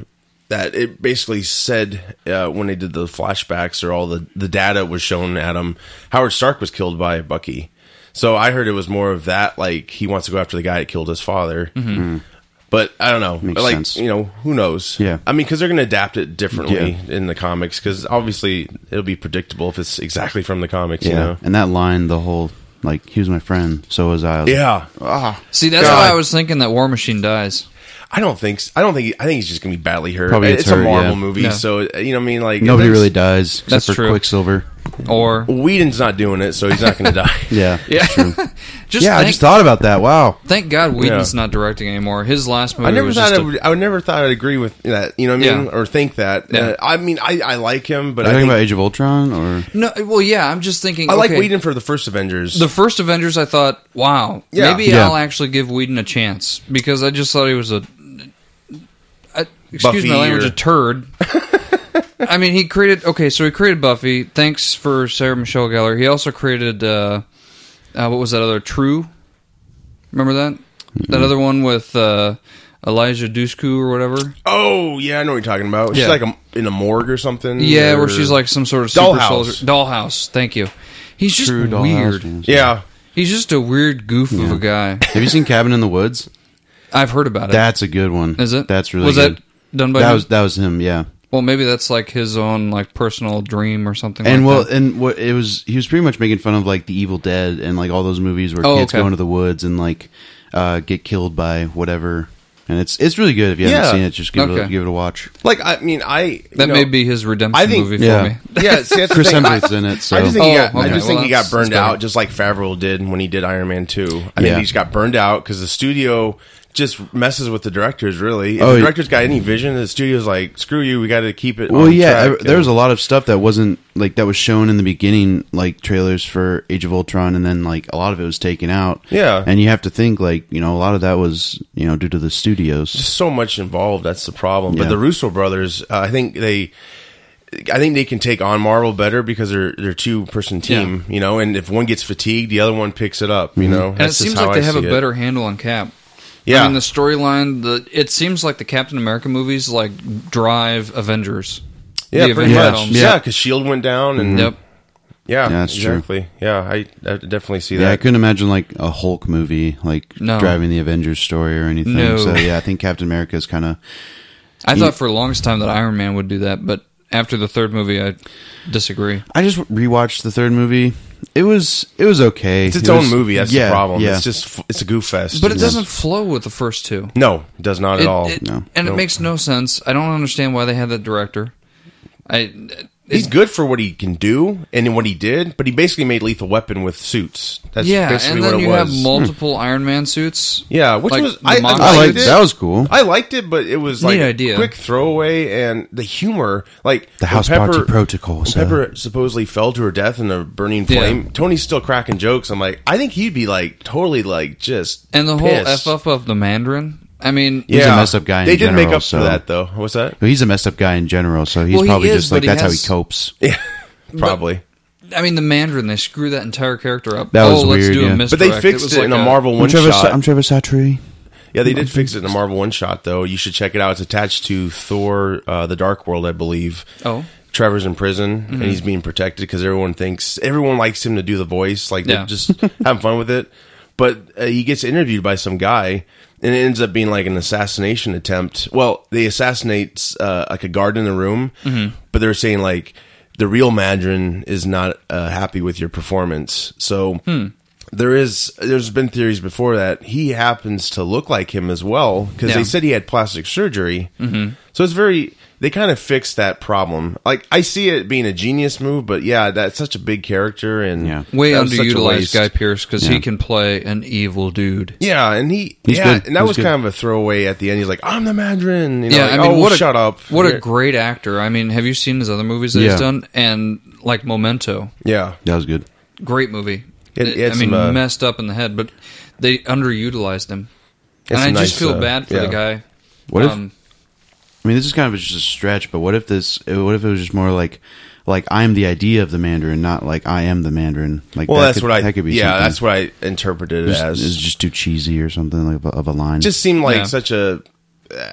A: that it basically said uh, when they did the flashbacks or all the the data was shown at him, Howard Stark was killed by Bucky. So I heard it was more of that, like he wants to go after the guy that killed his father. But I don't know,
C: Mm-hmm. Makes
A: like
C: sense.
A: you know, who knows?
C: Yeah.
A: I mean, because they're going to adapt it differently
C: Yeah.
A: in the comics, because obviously it'll be predictable if it's exactly from the comics.
C: yeah,
A: You know,
C: and that line, the whole like he was my friend, so was I.
A: yeah.
B: See, that's
A: God.
B: why I was thinking that War Machine dies.
A: I don't think. s- I don't think. I think he's just going to be badly hurt.
C: Probably gets
A: it's a
C: hurt,
A: Marvel
C: yeah.
A: movie,
B: Yeah.
A: so you know, what I mean, like
C: nobody
A: that's-
C: really dies except
B: That's
C: for
B: true.
C: Quicksilver.
B: Or
A: Whedon's not doing it, so he's not going to die.
C: Yeah,
B: yeah,
C: that's true.
B: just
C: yeah, I
B: think-
C: just thought about that. Wow,
B: Thank God Whedon's not directing anymore. His last movie
A: I never
B: was
A: thought
B: just
A: I
B: a-
A: would, I would never thought I'd agree with that. You know what I mean?
B: Yeah.
A: Or think that.
B: Yeah.
A: Uh, I mean, I, I like him, but
C: are you
A: I
C: talking
A: think,
C: about Age of Ultron or
B: no. Well, yeah, I'm just thinking.
A: I like
B: okay,
A: Whedon for the first Avengers.
B: The first Avengers, I thought, wow,
A: Yeah.
B: maybe
C: Yeah.
B: I'll actually give Whedon a chance because I just thought he was a. uh, excuse
A: Buffy
B: my language,
A: or-
B: a turd. I mean, he created okay, so he created Buffy. Thanks for Sarah Michelle Gellar. He also created uh, uh, what was that other True? Remember that
A: Mm.
B: that other one with uh, Elijah Dusku or whatever?
A: Oh yeah, I know what you're talking about. She's
B: Yeah.
A: like a, in a morgue or something.
B: Yeah,
A: or-
B: where she's like some sort of super
A: Dollhouse.
B: soldier. Dollhouse. Thank you. He's just
C: True dollhouse
B: weird.
C: games.
A: yeah.
B: He's just a weird goof of a guy.
C: Have you seen Cabin in the Woods?
B: I've heard about it.
C: That's a good one.
B: Is it?
C: That's really
B: was
C: good.
B: that done by
C: that
B: him?
C: was that was him. Yeah.
B: Well, maybe that's like his own like personal dream or something.
C: and
B: like
C: well,
B: that.
C: and what it was, he was pretty much making fun of like the Evil Dead and like all those movies where
B: Oh,
C: kids
B: okay.
C: go into the woods and like uh, get killed by whatever. And it's it's really good if you
A: Yeah.
C: haven't seen it. Just give it a,
B: Okay.
C: give it a watch.
A: Like I mean, I you
B: that
A: know,
B: may be his redemption
A: I think-
B: movie
C: yeah.
B: for me.
A: Yeah, see, that's the
C: Chris
A: thing.
C: Hemsworth's
A: I-
C: in it, so
A: I just think he
B: Oh,
A: got, I
B: okay.
A: just think
B: Well,
A: he got
B: that's-
A: burned
B: that's better.
A: out, just like Favreau did when he did Iron Man Two. I think
C: Yeah.
A: he just got burned out because the studio just messes with the directors. Really, if
C: Oh,
A: the
C: yeah.
A: director's got any vision, the studio's like, screw you, we got to keep it.
C: Well,
A: on
C: Oh, yeah,
A: track.
C: I, there was a lot of stuff that wasn't like that was shown in the beginning, like trailers for Age of Ultron, and then like a lot of it was taken out.
A: Yeah.
C: and you have to think like you know a lot of that was you know due to the studios.
A: just so much involved. That's the problem. But
C: Yeah.
A: the Russo brothers, uh, I think they, I think they can take on Marvel better because they're they're two person team, you know. And if one gets fatigued, the other one picks it up, you
C: Mm-hmm.
A: know.
B: And it seems like they have a better handle on Cap.
A: yeah.
B: I mean, the storyline. The it seems like the Captain America movies like drive Avengers.
A: yeah,
B: the
A: pretty
B: Avengers
A: much.
B: films.
A: Yeah, because Shield E went down, and
C: Mm-hmm.
B: Yep.
A: yeah,
C: that's true.
A: exactly. Yeah, I, I definitely see
C: Yeah, I
A: that.
C: couldn't imagine like a Hulk movie like
B: No.
C: driving the Avengers story or anything.
B: No.
C: So yeah, I think Captain America is kind of
B: I thought for the longest time that Iron Man would do that, but after the third movie, I disagree.
C: I just rewatched the third movie. It was it was okay.
A: it's its
C: It
A: own
C: was-
A: movie. That's
C: yeah,
A: the problem.
C: Yeah.
A: It's just f- it's a goof fest.
B: But it doesn't flow with the first two
A: No, it does not at
B: It-
A: all.
B: it-
C: No.
B: And it
A: Nope.
B: makes no sense. I don't understand why they had that director. I
A: He's good for what he can do and what he did, but he basically made Lethal Weapon with suits. That's
B: yeah,
A: basically
B: and
A: what
B: then
A: it
B: you
A: was. Hmm.
B: have multiple Iron Man suits.
A: Yeah, which
B: Like,
A: was
B: the
A: I, I,
B: mock
C: I liked
B: suits.
C: that was cool.
A: I liked it, but it was like
B: Neat
A: a
B: idea.
A: quick throwaway and the humor, like
C: The
A: when
C: house party protocol,
A: when
C: sir.
A: Pepper supposedly fell to her death in a burning
B: Yeah.
A: flame. Tony's still cracking jokes. I'm like, I think he'd be like totally like just
B: And the whole
A: pissed.
B: f up of the Mandarin. I mean,
C: He's a messed up guy in
A: They did make
C: general,
A: up
C: so-
A: for that though. What's that?
C: But he's a messed up guy in general, so he's
B: Well, he
C: probably
B: is,
C: just like
B: but he
C: that's
B: has-
C: how he copes.
A: Probably.
B: I mean, the Mandarin. They screw that entire character up.
C: That was
B: oh, let's
C: weird,
B: do
C: yeah.
B: a
C: But
A: But
B: misdirect.
A: they fixed
B: was
A: it, in
B: like
A: a Marvel one
C: Trevor,
A: shot.
C: I'm Trevor Satry.
A: yeah, they did fix it in a Marvel one shot though. You should check it out. It's attached to Thor: uh, The Dark World, I believe.
B: Oh,
A: Trevor's in prison
B: Mm-hmm.
A: and he's being protected because everyone thinks everyone likes him to do the voice, like
B: Yeah.
A: they're just having fun with it. But uh, he gets interviewed by some guy, and it ends up being like an assassination attempt. Well, they assassinate uh, like a guard in the room,
B: Mm-hmm.
A: but they're saying like the real Mandarin is not uh, happy with your performance, so.
B: Hmm.
A: There is, there's been theories before that he happens to look like him as well because
B: Yeah.
A: they said he had plastic surgery. Mm-hmm. So it's very they kind of fixed that problem. Like I see it being a genius move, but yeah, that's such a big character and
C: Yeah.
B: way
A: that was such a
B: underutilized
A: waste.
B: Guy Pierce because
C: Yeah.
B: he can play an evil dude.
A: Yeah, and he
C: He's
A: yeah,
C: good.
A: and that
C: He's
A: was
C: good.
A: kind of a throwaway at the end. He's like, "I'm the Mandarin." You know,
B: yeah,
A: like,
B: I mean,
A: oh,
B: what a
A: shut up!
B: What
A: You're-
B: a great actor. I mean, have you seen his other movies that
C: Yeah.
B: he's done? And like Memento,
A: yeah.
C: That was good.
B: great movie.
A: It-
B: I
A: it's
B: mean,
A: some, uh,
B: messed up in the head, but they underutilized him.
A: It's
B: And I
A: a
B: just
A: nice,
B: feel
A: uh,
B: bad for
A: yeah.
B: the guy.
C: What if
B: Um,
C: I mean, this is kind of just a stretch, but what if this? What if it was just more like, like I'm the idea of the Mandarin, not like I am the Mandarin. Like,
A: Well,
C: that
A: that's
C: could-
A: what I.
C: That could be.
A: yeah,
C: something.
A: that's what I interpreted it
C: It's-
A: as.
C: It's just too cheesy or something like of a, of a line.
A: just seemed like
B: Yeah.
A: such a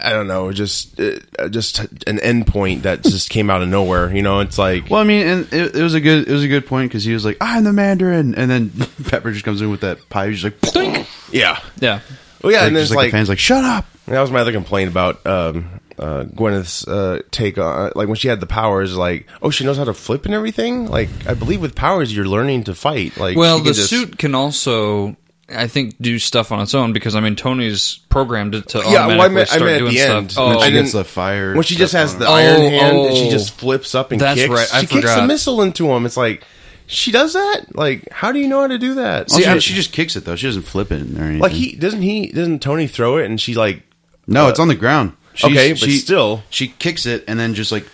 A: I don't know, just uh, just an end point that just came out of nowhere. You know, it's like
C: well, I mean, and it, it was a good it was a good point because he was like, I'm the Mandarin, and then Pepper just comes in with that pie. He's just like,
A: yeah,
B: yeah.
A: well, yeah,
C: like,
A: and
C: just
A: it's
C: like,
A: like,
C: the fans like, shut up.
A: that was my other complaint about um, uh, Gwyneth's uh, take on like when she had the powers, like oh, she knows how to flip and everything. Like I believe with powers, you're learning to fight. Like
B: Well,
A: she can
B: the
A: just-
B: suit can also, I think, do stuff on its own because I mean, Tony's programmed it to
A: Yeah,
B: automatically
A: well, I meant, I
B: start
A: meant at
B: doing
A: the
B: stuff.
A: end
B: Oh,
A: I
C: she gets
A: didn't-
C: the fire
A: when she just
C: stuff
A: has
C: on
A: the
C: her.
A: iron
B: Oh,
A: hand and she
B: oh.
A: just flips up and
B: That's
A: kicks.
B: right, I
A: she kicks a
B: forgot.
A: missile into him. It's like she does that. Like how do you know how to do that?
C: See,
A: Also,
C: Oh, she just kicks it though. She doesn't flip it or anything.
A: Like he doesn't he doesn't Tony throw it and she like
C: no, it's on the ground. She's-
A: okay, but still.
C: she kicks it and then just like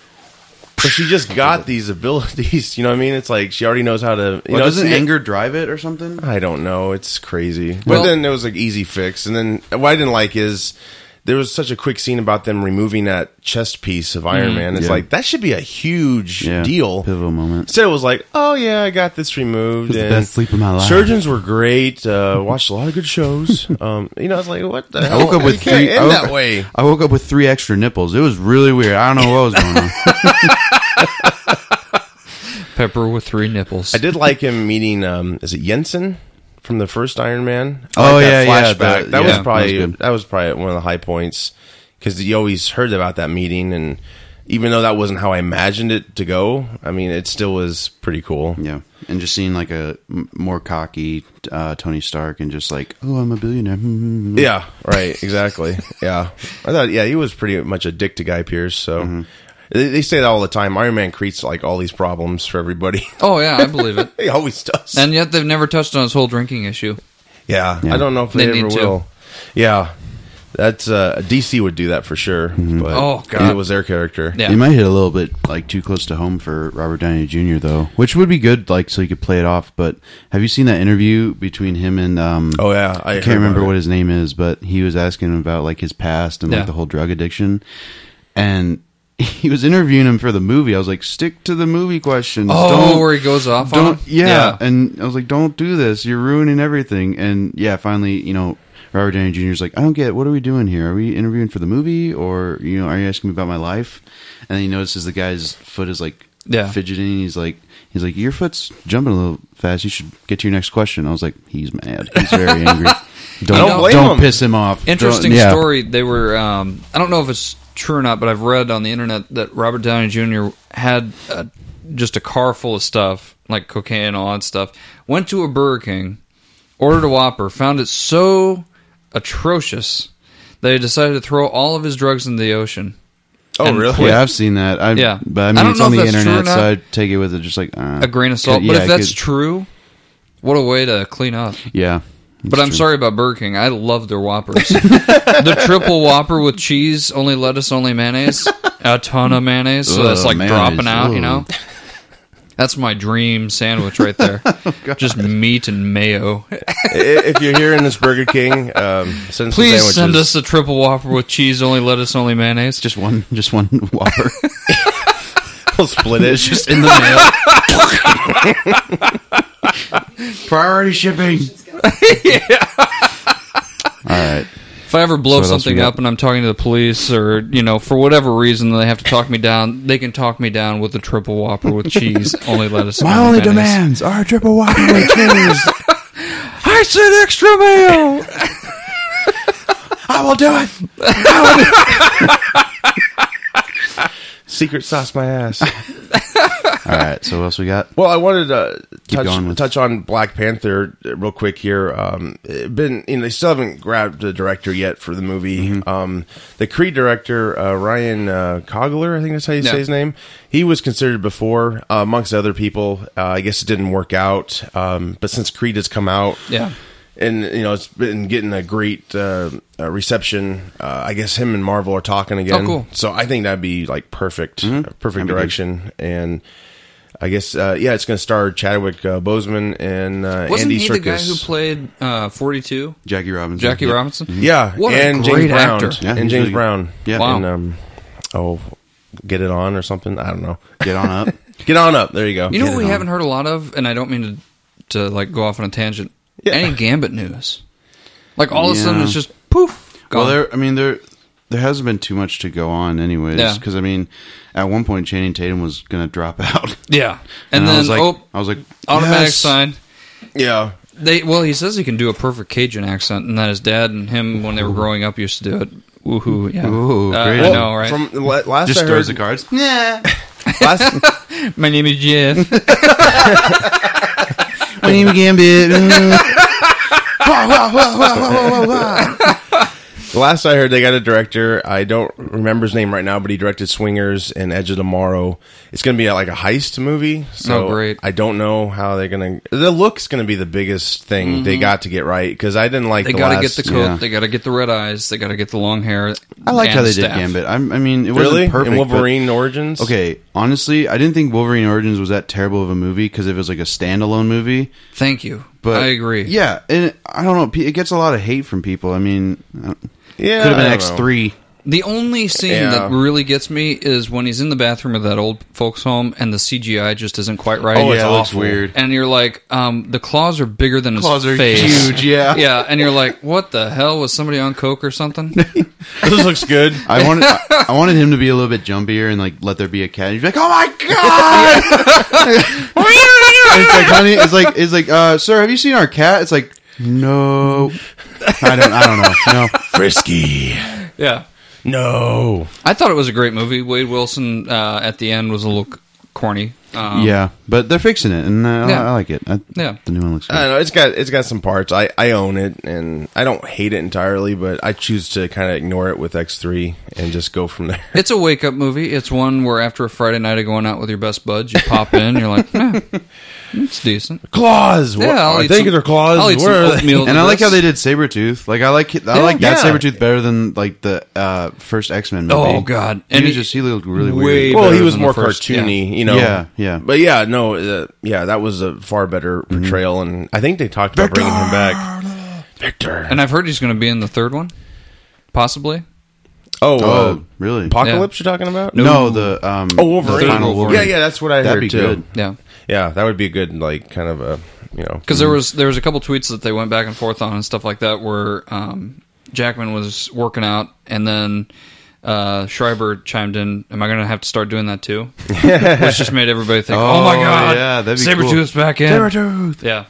A: but she just got these abilities. You know what I mean? It's like she already knows how to. You
C: well,
A: know,
C: doesn't
A: it's-
C: anger drive it or something?
A: I don't know. It's crazy. But
B: Well-
A: then it was like easy fix, and then what I didn't like is there was such a quick scene about them removing that chest piece of Iron Man. It's
C: Mm. Yeah.
A: like that should be a huge
C: Yeah.
A: deal.
C: Pivotal moment.
A: Instead, it was like, oh yeah, I got this removed.
C: was the
A: and
C: best sleep of my life.
A: Surgeons were great. Uh, watched a lot of good shows. um, you know, I was like, what the
C: I
A: hell?
C: woke up with
A: you can't
C: three. I
A: end
C: woke,
A: that way.
C: I woke up with three extra nipples. It was really weird. I don't know what was going on.
B: Pepper with three nipples.
A: I did like him meeting. Um, is it Jensen from the first Iron Man? I
C: Oh,
A: like
C: yeah, yeah,
A: flashback.
C: the-
A: that
C: yeah,
A: was
C: that was
A: probably that was,
C: good.
A: probably one of the high points because you always heard about that meeting, and even though that wasn't how I imagined it to go, I mean, it still was pretty cool.
C: Yeah, and just seeing like a m- more cocky uh, Tony Stark, and just like, oh, I'm a billionaire. Hmm, hmm,
A: Yeah, right, exactly. yeah, I thought yeah he was pretty much a dick to Guy Pierce. So
C: Mm-hmm.
A: they, they say that all the time. Iron Man creates like all these problems for everybody.
B: oh yeah, I believe it.
A: he always does.
B: And yet they've never touched on his whole drinking issue.
A: Yeah,
C: Yeah.
A: I don't know if
B: They
A: they,
B: need
A: ever
B: to.
A: will. Yeah, that's uh, DC would do that for sure. But
B: Oh, God.
A: it was their character.
C: hmm.
B: Yeah.
C: It might hit a little bit like too close to home for Robert Downey Jr. though, which would be good, like so he could play it off. But have you seen that interview between him and um?
A: Oh yeah, I,
C: I,
A: heard
C: can't remember
A: about
C: what
A: it.
C: his name is, but he was asking him about like his past and
B: Yeah.
C: like the whole drug addiction, and he was interviewing him for the movie. I was like, stick to the movie questions.
B: Oh,
C: Don't-
B: where he goes off on
C: don't
B: him?
C: yeah. and i was like don't do this you're ruining everything and yeah finally you know robert downey jr's like i don't get it. what are we doing here are we interviewing for the movie or you know are you asking me about my life and then he notices the guy's foot is like
B: Yeah.
C: fidgeting he's like he's like your foot's jumping a little fast you should get to your next question i was like he's mad he's very angry don't,
A: don't blame
C: don't
A: him.
C: piss him off
B: Interesting
C: Don't- yeah.
B: story. They were. Um, I don't know if it's true or not, but I've read on the internet that Robert Downey Jr. had uh just a car full of stuff, like cocaine and all that stuff. Went to a Burger King, ordered a Whopper, found it so atrocious that he decided to throw all of his drugs in the ocean.
A: Oh
B: and
A: really?
C: yeah, I've seen that. I,
B: Yeah.
C: but
B: I
C: I mean,
B: don't
C: it's
B: know
C: on
B: if
C: the
B: that's true or
C: internet, so
B: not.
C: I take it with it just like uh,
B: A grain of salt.
C: could-
B: but
C: yeah,
B: if that's
C: could-
B: true, what a way to clean up.
C: yeah.
B: But I'm
C: It's true.
B: sorry about Burger King. I love their Whoppers. the triple Whopper with cheese, only lettuce, only mayonnaise, a ton of mayonnaise. So that's
C: Ugh,
B: like
C: mayonnaise,
B: dropping out, you know?
C: ooh.
B: That's my dream sandwich right there.
C: Oh,
B: Just meat and mayo.
A: I- if you're here in this Burger King, um, send some
B: Please
A: sandwiches.
B: send us a triple Whopper with cheese, only lettuce, only mayonnaise.
C: Just one, just one whopper.
A: We'll split it. Just
C: in the mail. Priority shipping. All right.
B: If I ever blow
C: So what else
B: something
C: you got?
B: up and I'm talking to the police or, you know, for whatever reason they have to talk me down, they can talk me down with the triple Whopper with cheese, only lettuce,
C: My
B: only
C: only
B: mayonnaise.
C: demands are triple whopper with cheese.
B: I said extra mayo!
C: I will do it.
A: secret sauce my ass.
C: All right. So what else we got?
A: Well, I wanted to
C: going
A: touch,
C: with-
A: touch on Black Panther uh, real quick here. Um, it been you know they still haven't grabbed the director yet for the movie. Um, the Creed director uh, Ryan uh, Cogler, I think that's how you
B: Yeah.
A: say his name. He was considered before uh, amongst other people. Uh, I guess it didn't work out. Um, but since Creed has come out,
B: Yeah.
A: and you know it's been getting a great uh, uh, reception. Uh, I guess him and Marvel are talking again.
B: Oh, cool. Mm-hmm.
A: So I think that'd be like perfect, a perfect
C: That'd be good.
A: direction. And I guess uh, yeah, it's going to star Chadwick uh, Boseman and uh,
B: Wasn't
A: Andy
B: he
A: Serkis.
B: the guy who played uh, 42?
C: Jackie Robinson.
B: Jackie
C: Yep.
B: Robinson?
A: yeah,
B: What a
A: and
B: great
A: James Brown
B: actor.
C: Yeah,
A: and
C: he's
A: James
C: really good.
A: Brown.
C: Yeah.
B: Wow.
A: And, um, oh, get it on or something. I don't know.
C: Get on up.
A: Get on up. There you go.
B: You know
C: Get
B: what
C: it
B: we
C: on.
B: haven't heard a lot of, and I don't mean to, to like go off on a tangent.
A: Yeah.
B: Any Gambit news? Like all of a sudden
C: Yeah.
B: it's just poof. Gone.
C: Well, there. I mean, there. There hasn't been too much to go on, anyways.
B: Yeah.
C: Because I mean, at one point, Channing Tatum was going to drop out,
B: yeah, and, then
C: I was like,
B: oh,
C: I was like,
B: automatic
C: yes.
B: sign.
A: yeah.
B: They well, he says he can do a perfect Cajun accent, and that his dad and him when they were growing up used to do it. Woohoo! Yeah,
C: Ooh,
B: Uh,
C: great.
B: I
C: Well,
B: know, right?
A: From the la- last
C: Just
A: I
C: throws
A: heard,
C: the cards. Yeah.
A: last,
B: My name is Jeff.
C: My name is Gambit.
A: The Last I heard, they got a director. I don't remember his name right now, but he directed Swingers and Edge of Tomorrow. It's going to be like a heist movie. So
B: Oh, great.
A: I don't know how they're going to. The look's going to be the biggest thing they got to get right because I didn't like.
B: They
A: the
B: got to
A: last-
B: get the coat.
C: Yeah.
B: They got to get the red eyes. They got to get the long hair.
C: I like
B: and
C: how they
B: the
C: did
B: staff.
C: Gambit. I, I mean, it
A: really
C: wasn't perfect.
A: in
C: but-
A: Wolverine Origins.
C: okay, honestly, I didn't think Wolverine Origins was that terrible of a movie because it was like a standalone movie.
B: Thank you.
C: But
B: I agree.
C: Yeah, and I don't know. It gets a lot of hate from people. I mean, I don't-
A: Yeah,
C: Could have
A: I
C: been
A: don't
C: X
A: know.
C: three.
B: The only scene
A: Yeah.
B: that really gets me is when he's in the bathroom of that old folks' home and the CGI just isn't quite right.
A: Oh, it's
C: Yeah, it looks
A: awful.
C: weird.
B: And you're like, um, the claws are bigger than
C: Claws
B: his
C: are
B: face.
C: huge. Yeah.
B: Yeah, and you're like, what the hell was somebody on coke or something?
A: this looks good.
C: I wanted I, I wanted him to be a little bit jumpier and like let there be a cat. He'd be like, "Oh my god!" And it's like, honey, it's like, it's like, uh, sir, have you seen our cat? It's like, no, I don't, I don't know. No,
H: Frisky.
B: yeah,
A: No.
B: I thought it was a great movie. Wade Wilson uh, at the end was a little c- corny. Um,
C: yeah, but they're fixing it, and uh,
B: Yeah.
C: I, I like it. I,
B: Yeah. Uh,
C: the new one looks good.
A: I don't know. It's got it's got some parts. I, I own it, and I don't hate it entirely, but I choose to kind of ignore it with X three and just go from there.
B: It's a wake up movie. It's one where after a Friday night of going out with your best buds, you pop in. You're like, eh, it's decent.
A: Claws. What-
B: Yeah, I'll
A: I
B: eat
A: think
B: some-
A: they're claws.
B: I'll eat some
A: Where are they?
B: oatmeal.
C: and I like how
B: this.
C: they did Sabretooth. Like I like I like that
A: Yeah.
C: Sabretooth better than like the uh, first X Men movie.
B: Oh, God.
C: He
B: And
C: was
B: he-
C: just he looked really
B: way
C: weird.
A: well, he
B: better
A: was
B: than the
A: more
B: first, yeah.
A: cartoony, you know.
C: Yeah, yeah.
A: But yeah, no, uh, yeah, that was a far better portrayal, and I think they talked about bringing him back. Victor.
B: And I've heard he's going to be in the third one, possibly.
A: oh, uh,
C: Oh, really?
A: Apocalypse? You're talking about?
C: no, the um,
A: Oh, Wolverine.
C: the final Wolverine.
A: Yeah, yeah, that's what I
C: That'd
A: heard
C: be
A: too.
C: good.
B: Yeah,
A: Yeah, that would be a good, like, kind of a, you know,
B: because there
C: Hmm.
B: was there was a couple tweets that they went back and forth on and stuff like that, where um, Jackman was working out, and then uh, Schreiber chimed in, "Am I going to have to start doing that too?" Which just made everybody think, "Oh, my
C: Oh,
B: god,
C: yeah, that'd be cool.
B: Sabretooth's back in."
C: Sabretooth.
B: Yeah,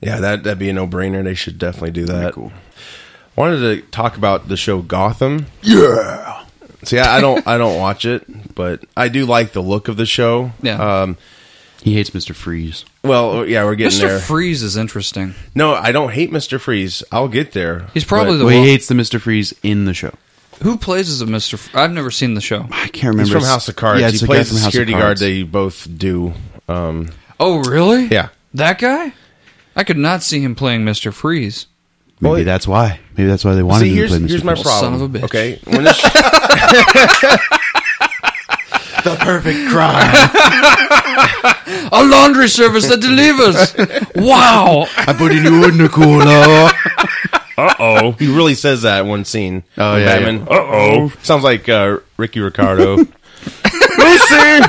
A: yeah, that that'd be a no brainer. They should definitely do that. Wanted to talk about the show Gotham. Yeah. See, I, I don't, I don't watch it, but I do like the look of the show.
B: Yeah.
A: Um,
C: He hates Mister Freeze.
A: well, yeah, we're getting
B: Mister
A: there.
B: Freeze is interesting.
A: No, I don't hate Mister Freeze. I'll get there.
B: He's probably
A: But
B: the
C: Well,
B: one
C: he hates the Mister Freeze in the show.
B: who plays as a Mister. Fr- I've never seen the show.
C: I can't remember.
A: he's from
C: It's-
A: House of Cards.
C: Yeah,
A: he
C: it's a guy
A: plays the
C: from House of
A: security guard.
C: Cards.
A: They both do. Um,
B: Oh, really?
A: Yeah.
B: that guy. I could not see him playing Mister Freeze.
C: Maybe
A: Well,
C: that's why. Maybe that's why they wanted
A: see,
C: him to
A: here's
C: play Mister
A: here's my
C: Freeze.
A: problem.
B: Son of a bitch.
A: Okay, when the, sh-
C: The perfect crime.
B: a laundry service that delivers. wow.
C: I put in you in the cooler.
A: oh, he really says that in one scene.
C: Oh,
A: When
C: yeah,
A: Batman. Uh oh, sounds like uh, Ricky Ricardo. Lucy.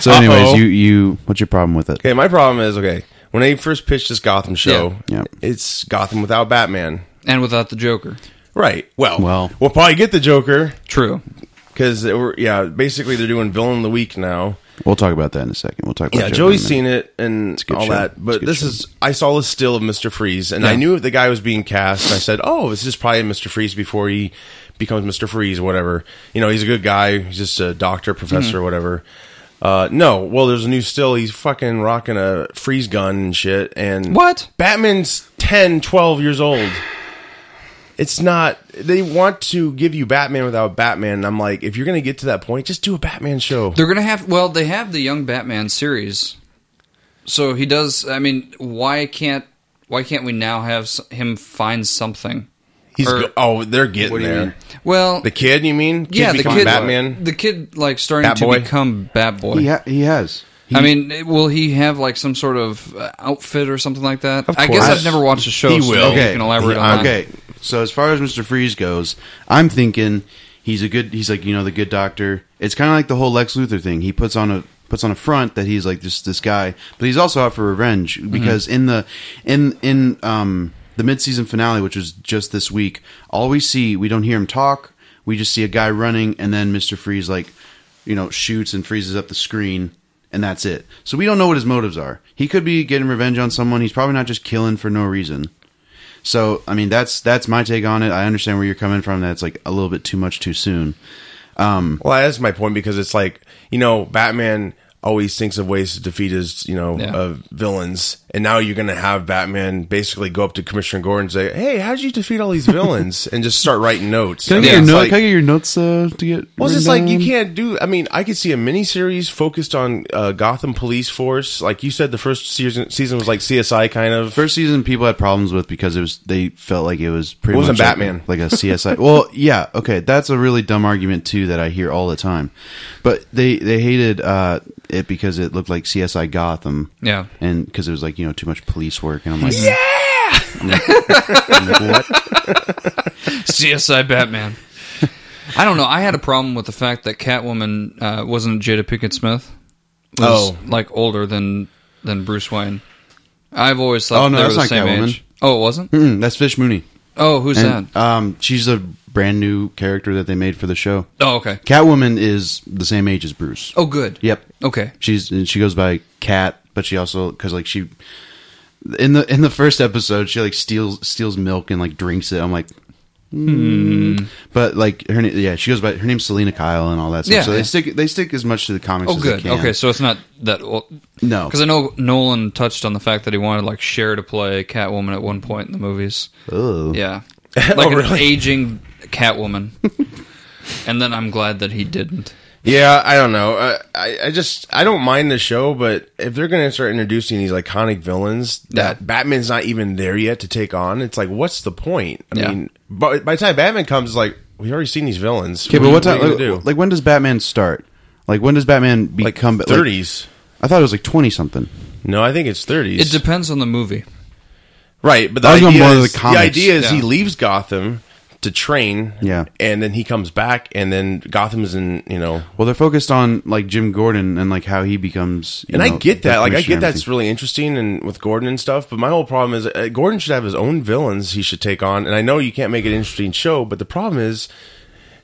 C: So, anyways,
A: Uh-oh.
C: you you what's your problem with it?
A: Okay, my problem is okay. When they first pitched this Gotham show,
C: Yeah. Yeah.
A: it's Gotham without Batman.
B: And without the Joker.
A: Right. Well,
C: Well.
A: we'll probably get the Joker
B: True.
A: because yeah, basically they're doing villain of the week now.
C: We'll talk about that in a second. We'll talk about
A: Yeah,
C: Joker
A: Joey's
C: in a minute.
A: seen it and
C: a good
A: all
C: show. It's
A: that,
C: a
A: but
C: good
A: this
C: show.
A: is I saw a still of Mister Freeze, and I knew the guy was being cast. And I said, "Oh, this is probably Mister Freeze before he becomes Mister Freeze, whatever." You know, he's a good guy. He's just a doctor, professor,
C: Mm-hmm.
A: whatever. Uh, no, well, there's a new still. He's fucking rocking a freeze gun and shit. And
B: What?
A: Batman's 10, 12 years old. It's not. They want to give you Batman without Batman. And I'm like, if you're gonna get to that point, just do a Batman show.
B: They're going to have, well, they have the Young Batman series. So he does, I mean, why can't, why can't we now have s- him find something?
A: He's
B: or-
A: go- oh, they're getting
C: er, What do you
A: there.
C: mean?
B: Well,
A: The kid, you mean? Kid
B: yeah, the
A: becoming
B: kid,
A: Batman.
B: the kid, like starting to
A: Batboy?
B: become Batboy.
C: He
B: Yeah.
C: ha- he has. He-
B: I mean, it- will he have like some sort of uh, outfit or something like that?
A: Of
B: I guess
A: course.
B: I've never watched the show.
A: He
B: so
A: will.
B: maybe You
C: okay.
B: can elaborate on that.
C: Okay. So as far as Mister Freeze goes, I'm thinking he's a good. He's like you know the good doctor. It's kind of like the whole Lex Luthor thing. He puts on a puts on a front that he's like just this guy, but he's also out for revenge
B: Mm-hmm.
C: because in the in in um the mid season finale, which was just this week, all we see we don't hear him talk. We just see a guy running, and then Mister Freeze like you know shoots and freezes up the screen and that's it. So we don't know what his motives are. He could be getting revenge on someone. He's probably not just killing for no reason. So I mean, that's that's my take on it. I understand where you're coming from. That's like a little bit too much too soon.
A: Well, that's my point because it's like you know, Batman always thinks of ways to defeat his you know
B: Yeah.
A: uh, villains, and now you're gonna have Batman basically go up to Commissioner Gordon and say, "Hey, how did you defeat all these villains?" and just start writing notes. I mean, it's like-
C: get your notes uh, to get?
A: Well, it's just like you can't do. I mean, I could see a miniseries focused on uh, Gotham Police Force. Like you said, the first season season was like CSI kind of.
C: First season, people had problems with because it was they felt like it was pretty.
A: It wasn't
C: much like-
A: Batman.
C: like, a CSI. well, yeah, okay, that's a really dumb argument too that I hear all the time. But they they hated uh, it because it looked like CSI Gotham.
B: Yeah.
C: and because it was like you know too much police work, and I'm like, yeah. I'm like, I'm like, what?
B: CSI Batman. I don't know. I had a problem with the fact that Catwoman uh, wasn't Jada Pinkett Smith. Was,
A: Oh.
B: like older than than Bruce Wayne. I've always thought
C: Oh, no,
B: they were
C: that's
B: the
C: not
B: same
C: Catwoman.
B: age. Oh, it wasn't.
C: Mm, that's Fish Mooney.
B: Oh, who's
C: And,
B: that?
C: um, she's a brand new character that they made for the show.
B: Oh, okay.
C: Catwoman is the same age as Bruce.
B: Oh, good.
C: Yep.
B: Okay.
C: She's and she goes by Cat, but she also because like she in the in the first episode she like steals steals milk and like drinks it. I'm like, hmm. But like her name, yeah, she goes by her name's Selena Kyle and all that stuff.
B: Yeah,
C: so
B: yeah.
C: they stick they stick as much to the comics.
B: Oh,
C: as
B: good.
C: They can.
B: Okay, so it's not that old.
C: no,
B: Because I know Nolan touched on the fact that he wanted like Cher to play Catwoman at one point in the movies.
C: oh
B: Yeah, like an
A: really?
B: aging Catwoman. and then I'm glad that he didn't.
A: Yeah, I don't know. Uh, I I just I don't mind the show, but if they're gonna start introducing these iconic villains that Batman's not even there yet to take on, it's like, what's the point? I
B: Yeah.
A: mean, by, by the time Batman comes, it's like we've already seen these villains.
C: Okay, but what time?
A: Like,
C: Like, like, when does Batman start? Like when does Batman
A: like
C: become like,
A: thirties?
C: I thought it was like twenty something.
A: no, I think it's
B: It
A: thirties.
B: depends on the movie.
A: right, but the
C: I was
A: idea,
C: going more to
A: is,
C: the
A: the,
C: comics.
A: idea is he
B: Yeah.
A: leaves Gotham to train,
C: Yeah.
A: and then he comes back, and then Gotham's in you know
C: Well, they're focused on like Jim Gordon and like how he becomes. you
A: and
C: know,
A: I get
C: the
A: that. Like, I
C: commissioner
A: get
C: and
A: that's
C: everything.
A: really interesting, and with Gordon and stuff. But my whole problem is uh, Gordon should have his own villains he should take on. And I know you can't make an interesting show, but the problem is,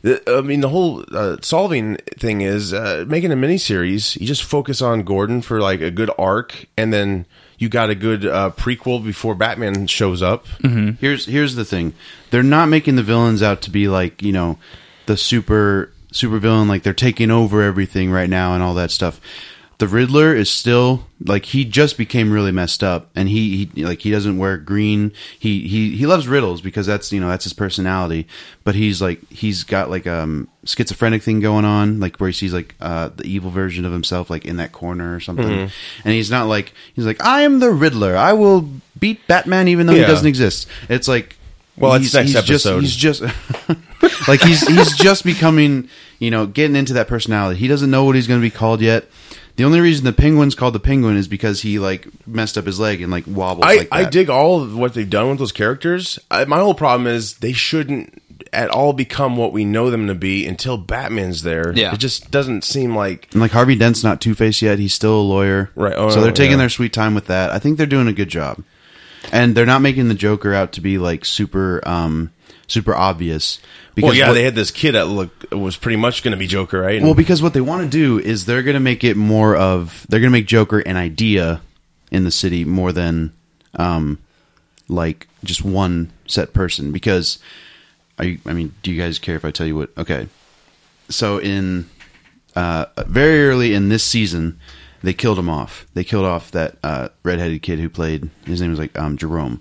A: the, I mean, the whole uh, solving thing is uh, making a miniseries. You just focus on Gordon for like a good arc, and then you got a good uh, prequel before Batman shows up.
C: Here's here's the thing. They're not making the villains out to be like, you know, the super super villain like they're taking over everything right now and all that stuff. The Riddler is still like he just became really messed up and he, he like he doesn't wear green. He he he loves riddles because that's, you know, that's his personality, but he's like he's got like um schizophrenic thing going on like where he sees like uh the evil version of himself like in that corner or something. And he's not like he's like I am the Riddler. I will beat Batman even though he
A: Yeah.
C: doesn't exist. It's like
A: Well, it's next episode.
C: Just, he's just like he's he's just becoming, you know, getting into that personality. He doesn't know what he's going to be called yet. The only reason the penguin's called the penguin is because he like messed up his leg and like wobbled.
A: I,
C: like
A: I
C: that.
A: dig all of what they've done with those characters. I, my whole problem is they shouldn't at all become what we know them to be until Batman's there.
B: Yeah.
A: It just doesn't seem like
C: And like Harvey Dent's not Two Face yet; he's still a lawyer,
A: Right, oh,
C: so they're taking
A: yeah.
C: their sweet time with that. I think they're doing a good job, and they're not making the Joker out to be like super, um super obvious. Because
A: Well, yeah,
C: what-
A: they had this kid that look was pretty much going to be Joker, right? And-
C: Well, because what they want to do is they're going to make it more of they're going to make Joker an idea in the city more than um like just one set person because I I mean, do you guys care if I tell you what? Okay. So in uh very early in this season, they killed him off. They killed off that uh redheaded kid who played his name was like um Jerome.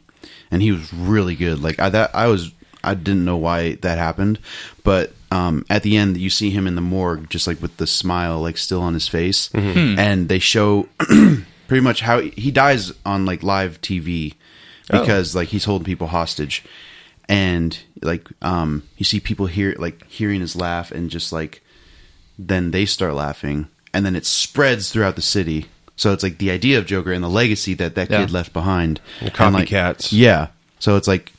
C: And he was really good. Like I that I was I didn't know why that happened, but um, at the end you see him in the morgue, just like with the smile, like still on his face, and they show pretty much how he dies on like live TV because like he's holding people hostage, and like um, you see people hear like hearing his laugh and just like then they start laughing and then it spreads throughout the city. So it's like the idea of Joker and the legacy that that
B: Yeah.
C: kid left behind. And, like,
A: copycats.
C: yeah. So it's like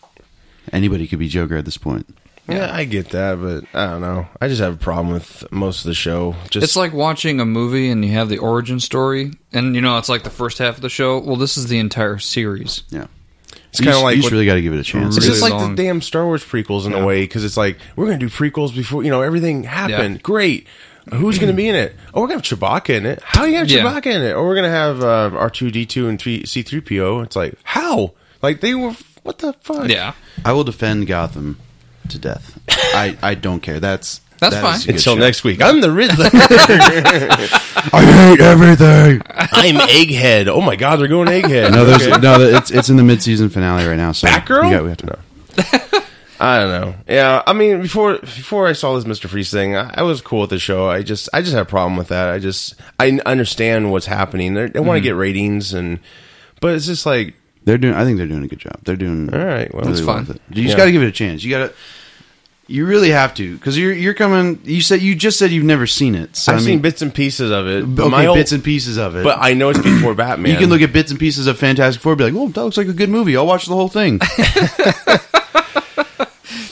C: anybody could be Joker at this point.
A: yeah, I get that, but I don't know. I just have a problem with most of the show. Just
B: It's like watching a movie and you have the origin story, and you know it's like the first half of the show. Well, this is the entire series.
C: Yeah.
A: it's kind of like
C: you
A: what-
C: just really got to give it a chance.
A: it's
B: really
A: just like
B: long.
A: the damn Star Wars prequels in a way because it's like we're going to do prequels before you know everything happened.
B: Yeah.
A: Great. Who's going to be in it? Oh, we're going to have Chewbacca in it. How do you have
B: Yeah.
A: Chewbacca in it? Or we're going to have uh, R two D two and three C three PO. It's like how? Like they were. What the fuck?
B: Yeah,
C: I will defend Gotham to death. I, I don't care. That's
B: That's
C: that is
B: fine.
C: a good
A: Until
C: show.
A: next week, I'm the Riddler.
C: I hate everything.
A: I'm Egghead. Oh my god, they're going Egghead.
C: No, there's
A: Okay.
C: no. It's it's in the mid season finale right now. So
A: Batgirl?
C: we got- we have to-
A: I don't know. Yeah, I mean, before before I saw this Mister Freeze thing, I, I was cool with the show. I just I just had a problem with that. I just I n- understand what's happening. They're, they want
C: Mm-hmm.
A: to get ratings, and but it's just like
C: They're doing. I think they're doing a good job. They're doing.
A: All right, well,
C: really
A: it's
C: well
B: fine.
C: with it. You just
A: Yeah.
C: got to give it a chance. You got to. You really have to because you're you're coming. You said you just said you've never seen it. So
A: I've
C: I
A: seen
C: mean,
A: bits and pieces of it. But
C: okay,
A: my whole-
C: bits and pieces of it.
A: but I know it's before Batman.
C: you can look at bits and pieces of Fantastic Four, and be like, "Well, that looks like a good movie. I'll watch the whole thing."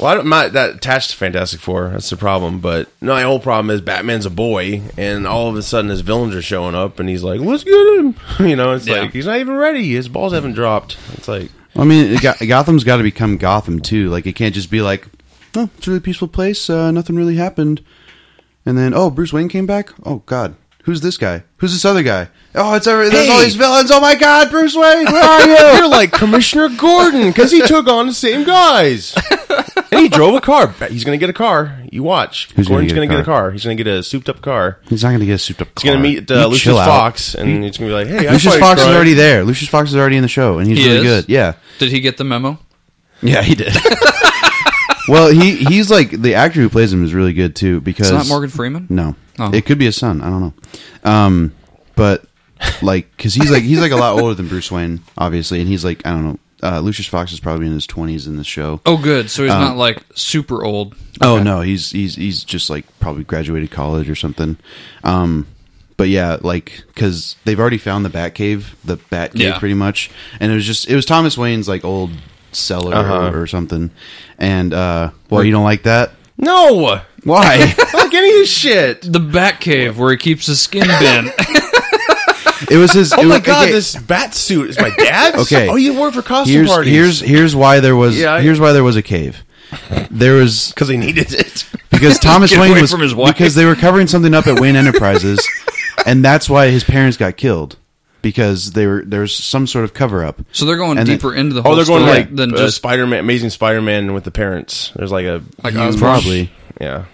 A: Well, I don't, I'm not that attached to Fantastic Four. That's the problem. But no, my whole problem is Batman's a boy, and all of a sudden his villains are showing up, and he's like, "Let's get him." You know, it's
B: Yeah.
A: like he's not even ready. His balls haven't dropped. It's like
C: I mean, it got, Gotham's got to become Gotham too. Like it can't just be like, oh, it's a really peaceful place. Uh, nothing really happened. And then, oh, Bruce Wayne came back. Oh God, who's this guy? Who's this other guy? Oh, it's every, there's all
A: Hey!
C: these villains. Oh my God, Bruce Wayne, where are you?
A: you're like Commissioner Gordon because he took on the same guys. And he drove a car. He's going to get a car. You watch.
C: Who's gonna
A: Gordon's
C: get a
A: going to get a
C: car?
A: car. He's going to get a souped up car.
C: He's not going to get a souped up.
A: He's going to meet uh, Lucius Fox, and he's going to be like, "Hey, I
C: Lucius
A: fight
C: Fox is
A: crime."
C: already there. Lucius Fox is already in the show, and he's
B: He
C: really
B: is?
C: good. Yeah,
B: Did he get the memo?
C: yeah, he did. well, he he's like the actor who plays him is really good too because
B: It's not Morgan Freeman.
C: No,
B: Oh.
C: it could be his son. I don't know. Um, but like, because he's like he's like a lot older than Bruce Wayne, obviously, and he's like I don't know. Uh, Lucius Fox is probably in his twenties in this show.
B: Oh, good. So he's
A: Uh,
B: not like super old.
C: Oh no, he's he's he's just like probably graduated college or something. Um, but yeah, like because they've already found the Batcave, the Batcave
B: Yeah.
C: pretty much, and it was just it was Thomas Wayne's like old cellar
A: Uh-huh.
C: or, something. And uh, well, you don't like that?
A: No,
C: Why?
A: fuck any of this shit.
B: The Batcave where he keeps his skin bent.
C: it was his.
A: Oh
C: it
A: my
C: was-
A: god,
C: okay.
A: this bat suit is my dad's.
C: Okay.
A: Oh, you wore it for costume
C: here's,
A: parties.
C: Here's here's why there was
A: Yeah, I-
C: here's why there was a cave. There was
A: because he needed it.
C: because Thomas
B: Get
C: Wayne
B: away
C: was
B: from his wife.
C: because they were covering something up at Wayne Enterprises, and that's why his parents got killed because they were there was some sort of cover up.
B: So they're going
C: And then-
B: deeper into the whole
A: Oh, they're going
B: story
A: like
B: than
A: uh,
B: just
A: Spider-Man, Amazing Spider-Man with the parents. There's like a
B: Like uh,
A: huge-
B: Osborn?
C: Probably
A: yeah.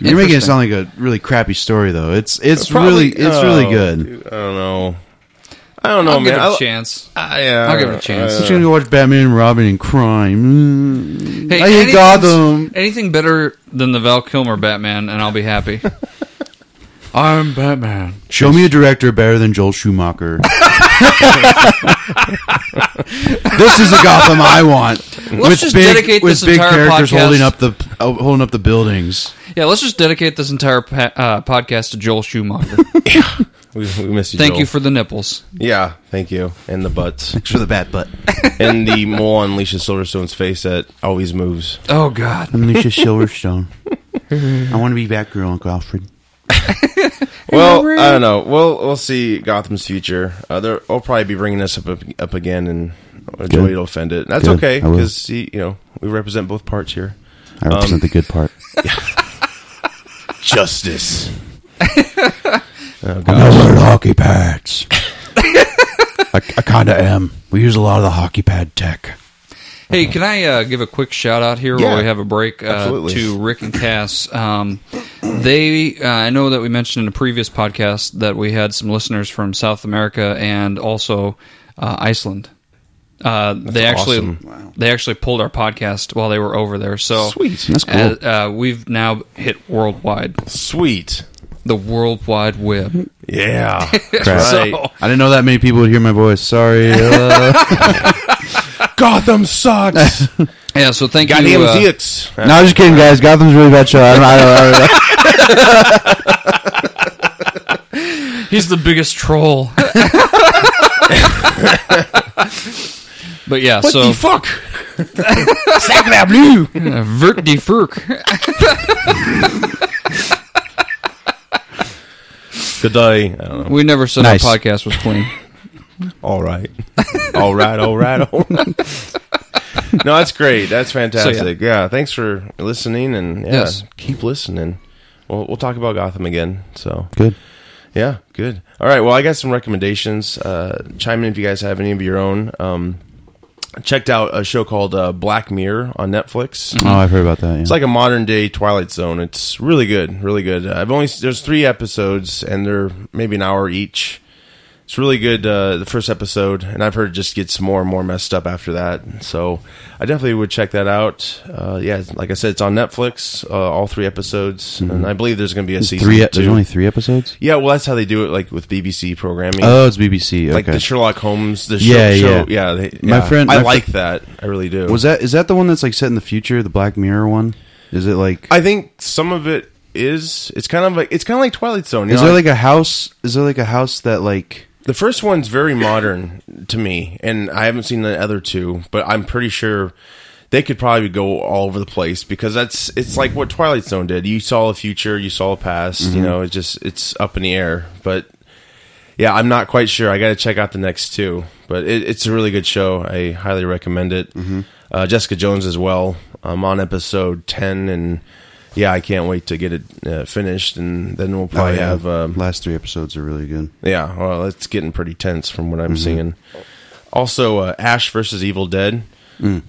C: you're making it sound like a really crappy story though. It's it's really
A: Probably-
C: it's
B: uh,
A: oh,
C: really good.
A: dude, I don't know. I don't know,
B: I'll
A: man.
B: give it
A: I-
B: a chance.
A: I, uh,
B: I'll give it a chance.
C: I'm just gonna go watch Batman and Robin and crime. Mm.
B: Hey,
C: I hate
B: anything's-
C: Gotham.
B: Anything better than the Val Kilmer Batman, and I'll be happy. I'm Batman.
C: Show me a director better than Joel Schumacher. this is the Gotham I want.
B: Let's just dedicate this entire podcast-
C: holding up the uh, holding up the buildings.
B: Yeah, let's just dedicate this entire pa- uh, podcast to Joel Schumacher.
A: We, we miss you.
B: Thank
A: Joel.
B: you for the nipples.
A: yeah. Thank you, and the butts,
C: Thanks for the bat butt.
A: and the mole on Alicia Silverstone's face that always moves.
B: Oh God,
C: I'm Lucia Silverstone. I want to be Batgirl, Uncle Alfred.
A: Well, I don't know. We'll we'll see Gotham's future. Uh, they're- I'll probably be bringing this up up again, and Joey will offend it. That's
C: Good.
A: okay
C: I will.
A: 'cause okay because you know we represent both parts here.
C: I represent the good part.
A: Justice.
C: I'm not wearing hockey pads. I, I kind of am. We use a lot of the hockey pad tech.
B: Hey, can I uh, give a quick shout out here
A: Yeah.
B: while we have a break uh,
A: Absolutely.
B: to Rick and Cass? Um, they, uh, I know that we mentioned in a previous podcast that we had some listeners from South America and also uh, Iceland. Uh, they actually,
A: awesome.
B: they actually pulled our podcast while they were over there. So
A: Sweet.
C: That's cool.
B: Uh, uh, we've now hit worldwide,
A: Sweet.
B: the World Wide Web.
A: Yeah.
C: Crap.
A: Right.
C: I didn't know that many people would hear my voice. Sorry. Uh,
A: Gotham sucks.
B: Yeah, so thank you.
A: Goddamn
B: uh,
A: Zeus.
C: no, I'm just kidding, guys. Gotham's a really bad show. I don't, I don't, I don't,
B: He's the biggest troll. but yeah,
A: What
B: so
A: the fuck? Sack that blue.
B: uh, vert die Furk.
A: Good day. I don't know.
B: We never said
C: Nice.
B: our podcast was clean.
A: All right. all right. All right. All right. no, that's great. That's fantastic. yeah. Thanks for listening, and yeah,
B: Yes.
A: keep listening. We'll we'll talk about Gotham again. So
C: Good.
A: Yeah, good. All right. Well, I got some recommendations. Uh, chime in if you guys have any of your own. Um, I checked out a show called uh, Black Mirror on Netflix.
C: Oh, I've heard about that. Yeah.
A: It's like a modern day Twilight Zone. It's really good, really good. Uh, I've only there's three episodes, and they're maybe an hour each. It's really good. Uh, the first episode, and I've heard it just gets more and more messed up after that. So I definitely would check that out. Uh, yeah, like I said, it's on Netflix. Uh, all three episodes, and I believe there's going to be a season
C: three. e-
A: two.
C: Mm-hmm. There's only three episodes.
A: Yeah, well, that's how they do it, like with BBC programming,
C: Oh, it's BBC. Okay.
A: like the Sherlock Holmes, the
C: Yeah,
A: show,
C: yeah.
A: show. yeah. They,
C: My
A: yeah.
C: friend-
A: I
C: my fr-
A: like that. I really do.
C: Was that is that the one that's like set in the future, the Black Mirror one? Is it like
A: I think some of it is. It's kind of like it's kind of like Twilight Zone. You
C: is
A: know?
C: there like a house? Is there like a house that like
A: the first one's very modern to me, and I haven't seen the other two, but I'm pretty sure they could probably go all over the place because that's it's like what Twilight Zone did. You saw a future, you saw a past. You know, it's just it's up in the air. But yeah, I'm not quite sure. I got to check out the next two, but it, it's a really good show. I highly recommend it. Uh, Jessica Jones as well. I'm on episode ten, and yeah, I can't wait to get it uh, finished, and then we'll probably
C: Oh, yeah.
A: have. Um,
C: last three episodes are really good.
A: yeah, well, it's getting pretty tense from what I'm seeing. Also, uh, Ash versus Evil Dead.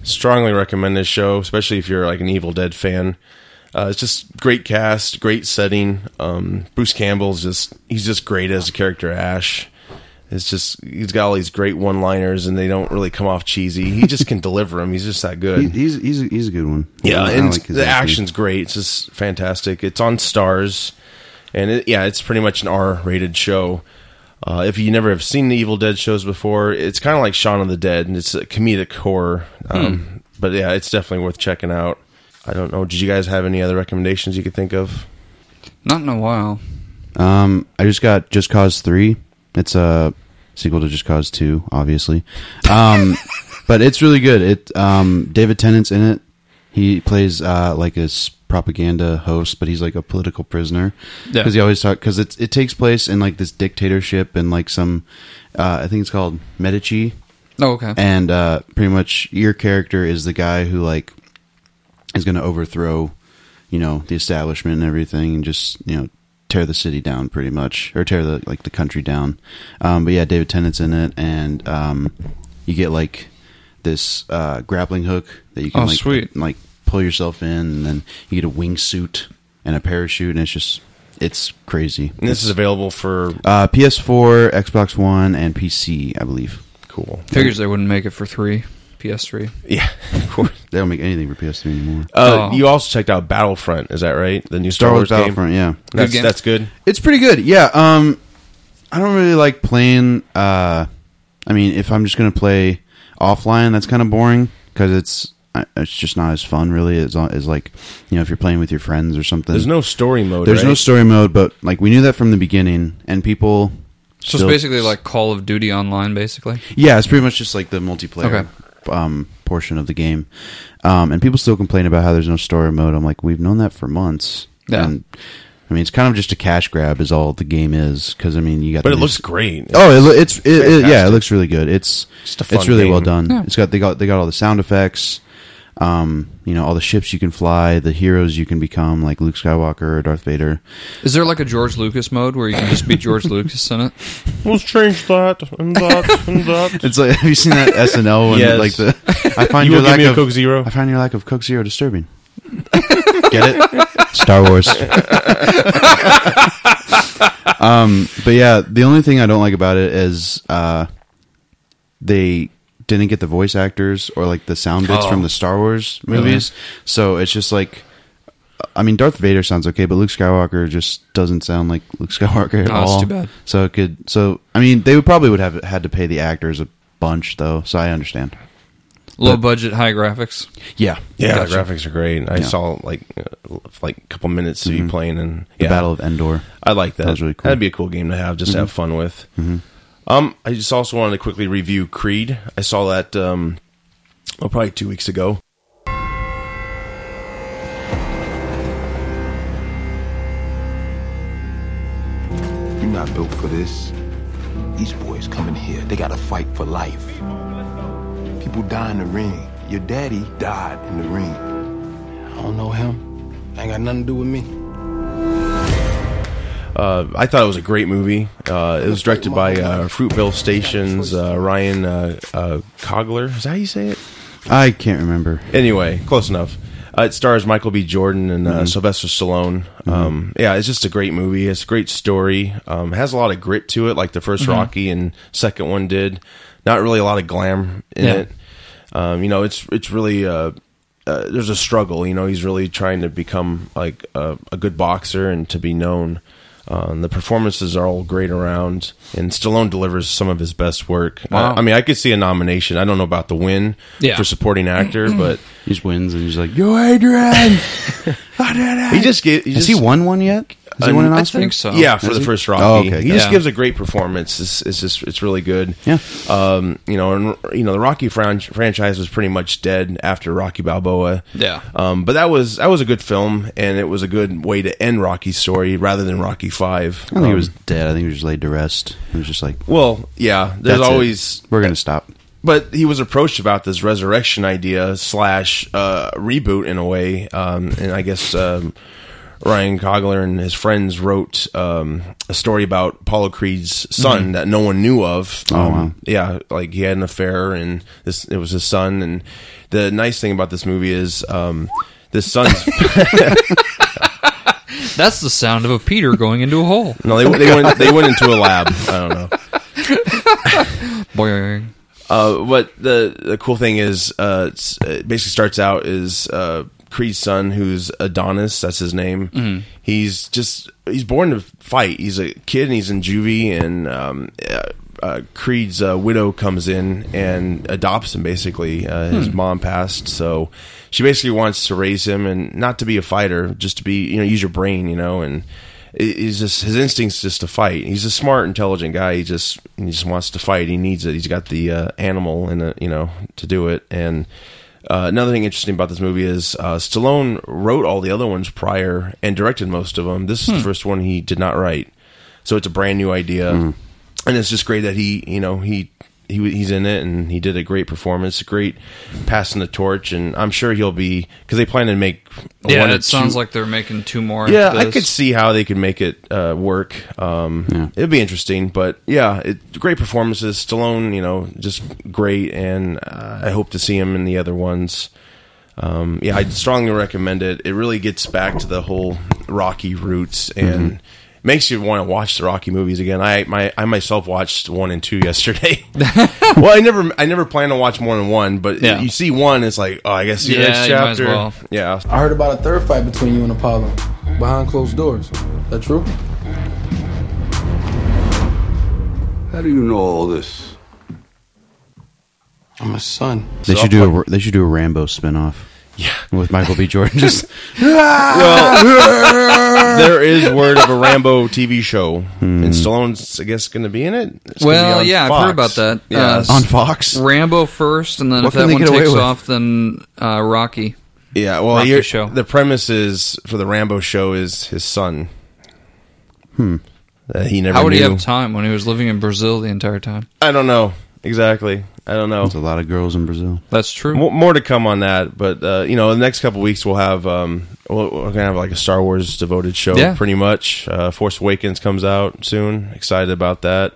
A: Strongly recommend this show, especially if you're like an Evil Dead fan. Uh, it's just great cast, great setting. Um, Bruce Campbell's just he's just great as a character Ash. It's just he's got all these great one-liners, and they don't really come off cheesy. He just can deliver them. He's just that good.
C: He, he's he's a, he's a good one.
A: Yeah,
C: I
A: and
C: like his
A: the
C: acting.
A: action's great. It's just fantastic. It's on Stars, and it, yeah, it's pretty much an R-rated show. Uh, if you never have seen the Evil Dead shows before, it's kind of like Shaun of the Dead, and it's a comedic horror.
C: Hmm.
A: Um, But yeah, it's definitely worth checking out. I don't know. Did you guys have any other recommendations you could think of?
B: Not in a while.
C: Um, I just got Just Cause Three. It's a sequel to Just Cause Two, obviously. Um, but it's really good. It um, David Tennant's in it. He plays uh, like a s- propaganda host, but he's like a political prisoner
B: Yeah.
C: because he always talk because it it takes place in like this dictatorship and like some uh, I think it's called Medici
B: Oh, okay.
C: and uh, pretty much your character is the guy who like is going to overthrow you know the establishment and everything and just you know tear the city down pretty much or tear the like the country down um, but yeah david tennant's in it and um, you get like this uh, grappling hook that you can
B: Oh,
C: like,
B: sweet.
C: like pull yourself in and then you get a wingsuit and a parachute and it's just it's crazy
A: And this is available for
C: uh, ps4 xbox one and pc i believe
A: cool.
B: Figures they wouldn't make it for three PS3.
A: Yeah, of course.
C: they don't make anything for ps3 anymore
A: Uh,
B: Oh.
A: You also checked out Battlefront. Is that right? The new Star,
C: Star
A: Wars
C: Wars
A: game?
C: Battlefront, yeah.
A: That's
B: game.
A: that's good.
C: It's pretty good. Yeah. Um I don't really like playing uh I mean, if I'm just going to play offline, that's kind of boring cuz it's I- it's just not as fun really as as like, you know, if you're playing with your friends or something.
A: There's no story mode.
C: There's
A: right?
C: no story mode, but like we knew that from the beginning and people
B: So
C: still-
B: it's basically like Call of Duty Online, basically.
C: yeah, it's pretty much just like the multiplayer um, portion of the game, um, and people still complain about how there's no story mode. I'm like, we've known that for months.
B: Yeah.
C: And, I mean, it's kind of just a cash grab, is all the game is. Because I mean, you got.
A: but
C: the
A: it
C: new-
A: looks great.
C: Oh, it, lo- it's it, it, yeah, it
A: Fantastic.
C: looks really good. It's
A: Just a
C: it's
A: fun
C: really
A: game.
C: well done.
B: Yeah.
C: It's got they got they got all the sound effects. Um, you know, all the ships you can fly, the heroes you can become, like Luke Skywalker or Darth Vader.
B: Is there like a George Lucas mode where you can just be George Lucas in it?
A: Let's change that and that and that.
C: It's like have you seen that SNL one?
A: Yes.
C: Like the I find
A: You
C: your
A: will give
C: lack
A: me a
C: of
A: Coke Zero?
C: I find your lack of Coke Zero disturbing. Get it? Star Wars. um, but yeah, the only thing I don't like about it is uh, they didn't get the voice actors or like the sound
B: Oh.
C: bits
B: Uh-huh.
C: from the Star Wars movies. So it's just like. I mean, Darth Vader sounds okay, but Luke Skywalker just doesn't sound like Luke Skywalker at
B: Oh, that's
C: all.
B: too bad.
C: So it could. So I mean, they would probably would have had to pay the actors a bunch, though. So I understand.
B: Low budget, high graphics.
C: Yeah,
A: Yeah, the graphics are great. I
C: Yeah. Mm-hmm.
A: saw like uh, like a couple minutes of you playing, and
C: The
A: yeah,
C: Battle of Endor.
A: I like that.
C: That was really cool. Mm-hmm.
A: That'd be a cool game to have, just to have fun with. Um, I just also wanted to quickly review Creed. I saw that um, well, probably two weeks ago.
J: You're not built for this. These boys coming here, they gotta fight for life. People die in the ring. Your daddy died in the ring. I don't know him. Ain't got nothing to do with me.
A: Uh, I thought it was a great movie. Uh, it was directed by uh, Fruitville Station's uh, Ryan uh, uh, Cogler. Is that how you say it?
C: I can't remember.
A: Anyway, close enough. Uh, it stars Michael B. Jordan and uh,
B: Mm-hmm.
A: Sylvester Stallone. Um, yeah, it's just a great movie. It's a great story. Um, it has a lot of grit to it, like the 1st
B: Mm-hmm.
A: Rocky and second one did. Not really a lot of glam in
B: Yeah.
A: it. Um, you know, it's it's really uh, uh, there's a struggle. You know, he's really trying to become like a, a good boxer and to be known. Um, the performances are all great around, and Stallone delivers some of his best work.
B: Wow.
A: I, I mean, I could see a nomination. I don't know about the win
B: Yeah.
A: for supporting actor, but
C: He just wins and he's like, "Yo, Adrian, I did it."
A: He just get. He
C: Has
A: just,
C: he won one yet?
K: Does he win an
B: Uh, I
K: Oscar?
B: think so.
A: Yeah, for
K: Does
A: the
K: he?
A: first
K: Oh,
A: Rocky.
K: okay,
A: he
K: got
A: just
B: it.
A: gives a great performance. It's, it's just it's really good.
K: Yeah.
A: Um, you know, and you know the Rocky fran- franchise was pretty much dead after Rocky Balboa.
B: Yeah.
A: Um, but that was that was a good film, and it was a good way to end Rocky's story rather than Rocky Five. Um,
K: I don't
B: Um,
K: think he was dead. I think he was just laid to rest. He was just like,
A: Well, yeah. There's
K: "That's it.
A: always
K: we're gonna stop.
A: but he was approached about this resurrection idea slash uh, reboot in a way, um, and I guess um, Ryan Cogler and his friends wrote um, a story about Apollo Creed's son that no one knew of.
K: Mm-hmm. Oh,
A: Um,
K: wow.
A: Yeah, like he had an affair, and this it was his son. And the nice thing about this movie is um, this son's
B: That's the sound of a Peter going into a hole.
A: no, they, they went they went into a lab. I don't know.
B: Boing.
A: Uh, but the the cool thing is, uh, it's, it basically starts out is uh, Creed's son, who's Adonis. That's his name. He's just he's born to fight. He's a kid and he's in juvie, and um, uh, uh, Creed's uh, widow comes in and adopts him. Basically, uh, his mom passed, so she basically wants to raise him and not to be a fighter, just to be you know use your brain, you know and. it- He's just his instincts just to fight. He's a smart, intelligent guy. He just he just wants to fight. He needs it. He's got the uh, animal and uh, you know to do it. And uh, another thing interesting about this movie is uh, Stallone wrote all the other ones prior and directed most of them.
B: Hmm.
A: This is the first one he did not write, so it's a brand new idea,
B: Hmm.
A: and it's just great that he, you know, he. He, w- he's in it and he did a great performance, great passing the torch, and I'm sure he'll be because they plan to make
B: Yeah,
A: one or
B: it sounds
A: two-
B: like they're making two more.
A: yeah,
B: after
A: I
B: this.
A: could see how they could make it uh, work. Um, It'd be interesting, but yeah, it, great performances. Stallone, you know, just great, and uh, I hope to see him in the other ones. Um, yeah, I strongly recommend it. It really gets back to the whole Rocky roots and makes you want to watch the Rocky movies again. I my I myself watched one and two yesterday. well, I never I never plan to watch more than one, but
B: Yeah.
A: you see one, it's like oh, I guess see the
B: Yeah,
A: next
B: you might as
A: chapter.
B: well.
A: Yeah,
I: I heard about a third fight between you and Apollo behind closed doors. that true?
L: How do you know all this?
I: I'm a son.
K: They should do a they should do a Rambo spinoff. Yeah, with Michael B. Jordan. Just
A: Well, there is word of a Rambo TV show,
K: Hmm.
A: and Stallone's, I guess, going to be in it. It's gonna
B: Well,
A: be on
B: yeah, I've
A: Fox.
B: heard about that.
A: Yeah,
B: Uh,
K: on Fox.
B: Rambo first, and then
K: What
B: if
K: can
B: that
K: they
B: one
K: get away
B: takes
K: with?
B: off, then uh, Rocky.
A: yeah. Well,
B: Rocky
A: here-
B: show.
A: the premise is for the Rambo show is his son. Hmm. That he never.
B: How would
A: knew.
B: he have time when he was living in Brazil the entire time?
A: I don't know exactly. I don't know.
K: There's a lot of girls in Brazil.
B: That's true.
A: Mo- More to come on that, but uh, you know, the next couple weeks we'll have um, we'll, we're gonna have like a Star Wars devoted show,
B: Yeah.
A: pretty much. Uh, Force Awakens comes out soon. Excited about that,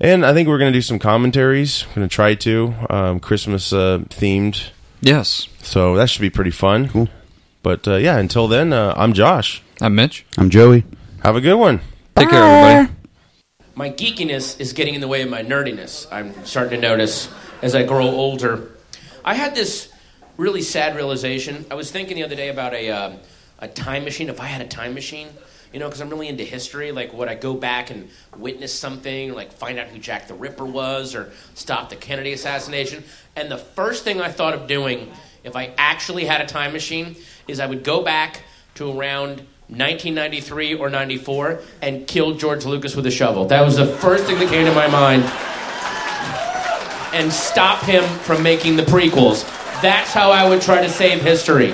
A: and I think we're gonna do some commentaries. We're gonna try to um, Christmas uh, themed,
B: yes,
A: so that should be pretty fun.
K: Cool.
A: But uh, yeah, until then, uh, I'm Josh.
B: I'm Mitch.
K: I'm Joey.
A: Have a good one.
B: Take care, everybody.
C: My geekiness is getting in the way of my nerdiness. I'm starting to notice as I grow older. I had this really sad realization. I was thinking the other day about a, um a time machine. If I had a time machine, you know, because I'm really into history, like would I go back and witness something, like find out who Jack the Ripper was or stop the Kennedy assassination? And the first thing I thought of doing, if I actually had a time machine, is I would go back to around 1993 or 94 and kill George Lucas with a shovel. That was the first thing that came to my mind. And stop him from making the prequels. That's how I would try to save history.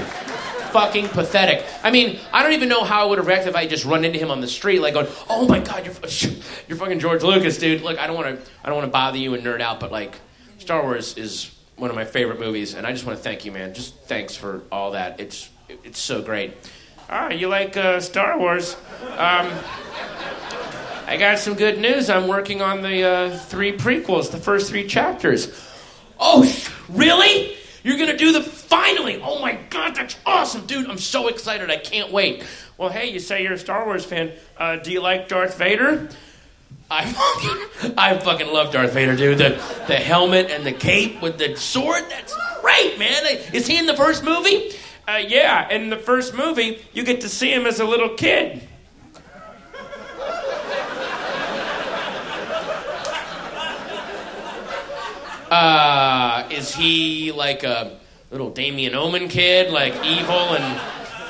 C: Fucking pathetic. I mean, I don't even know how I would have reacted if I just run into him on the street, like going, "Oh my god, you're, you're fucking George Lucas, dude." Look, I don't want to, I don't want to bother you and nerd out, but like, Star Wars is one of my favorite movies, and I just want to thank you, man. Just thanks for all that. It's, it's so great. Ah, you like uh, Star Wars? Um, I got some good news. I'm working on the uh, three prequels, the first three chapters. Oh, sh- really? You're gonna do the finally? Oh my god, that's awesome, dude! I'm so excited. I can't wait. Well, hey, you say you're a Star Wars fan. Uh, do you like Darth Vader? I fucking, I fucking love Darth Vader, dude. The the helmet and the cape with the sword. That's great, man. Is he in the first movie? Uh, yeah, in the first movie, you get to see him as a little kid. Uh, is he like a little Damien Omen kid, like evil and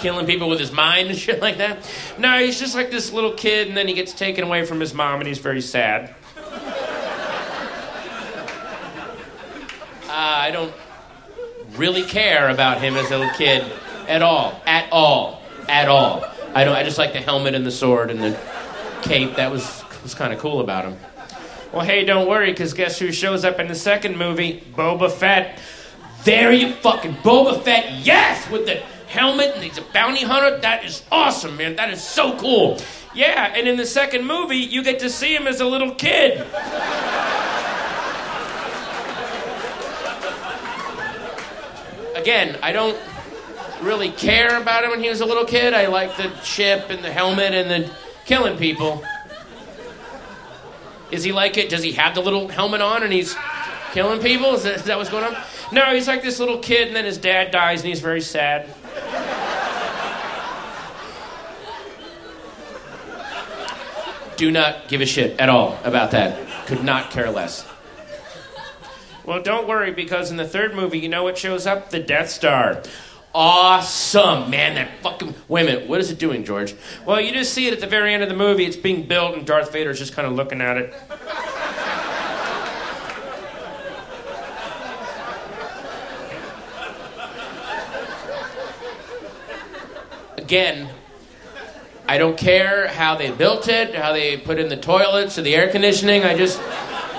C: killing people with his mind and shit like that. No, he's just like this little kid, and then he gets taken away from his mom, and he's very sad. Uh, I don't really care about him as a little kid at all, at all, at all. I don't. I just like the helmet and the sword and the cape. That was was kind of cool about him. Well, hey, don't worry, because guess who shows up in the second movie? Boba Fett. There you fucking Boba Fett, yes, with the helmet and he's a bounty hunter. That is awesome, man. That is so cool. Yeah, and in the second movie, you get to see him as a little kid. Again, I don't really care about him when he was a little kid. I like the ship and the helmet and the killing people. Is he like it? Does he have the little helmet on and he's killing people? Is that, is that what's going on? No, he's like this little kid, and then his dad dies, and he's very sad. Do not give a shit at all about that. Could not care less. Well, don't worry, because in the third movie, you know what shows up? The Death Star. Awesome, man. That fucking. Wait a minute. What is it doing, George? Well, you just see it at the very end of the movie. It's being built, and Darth Vader's just kind of looking at it. Again, I don't care how they built it, how they put in the toilets or the air conditioning. I just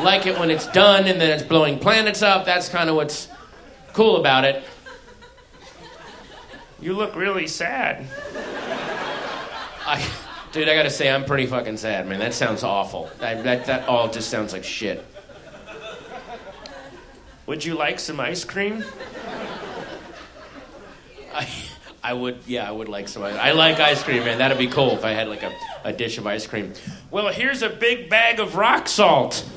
C: like it when it's done and then it's blowing planets up. That's kind of what's cool about it. You look really sad. I, dude, I gotta say, I'm pretty fucking sad, man. That sounds awful. That, that, that all just sounds like shit. Would you like some ice cream? I, I would, yeah, I would like some ice I like ice cream, man. That'd be cool if I had like a, a dish of ice cream. Well, here's a big bag of rock salt.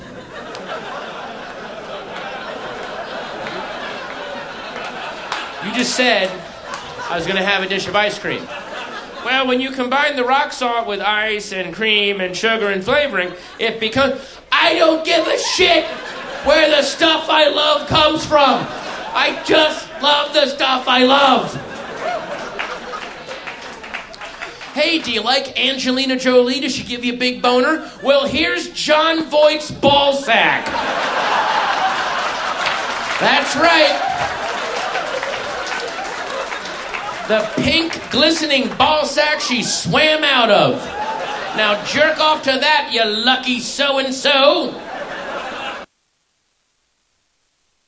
C: You just said I was gonna have a dish of ice cream. Well, when you combine the rock salt with ice and cream and sugar and flavoring, it becomes. I don't give a shit where the stuff I love comes from. I just love the stuff I love. Hey, do you like Angelina Jolie? Does she give you a big boner? Well, here's John Voight's ball sack. That's right. the pink glistening ball sack she swam out of. Now jerk off to that, you lucky so and so.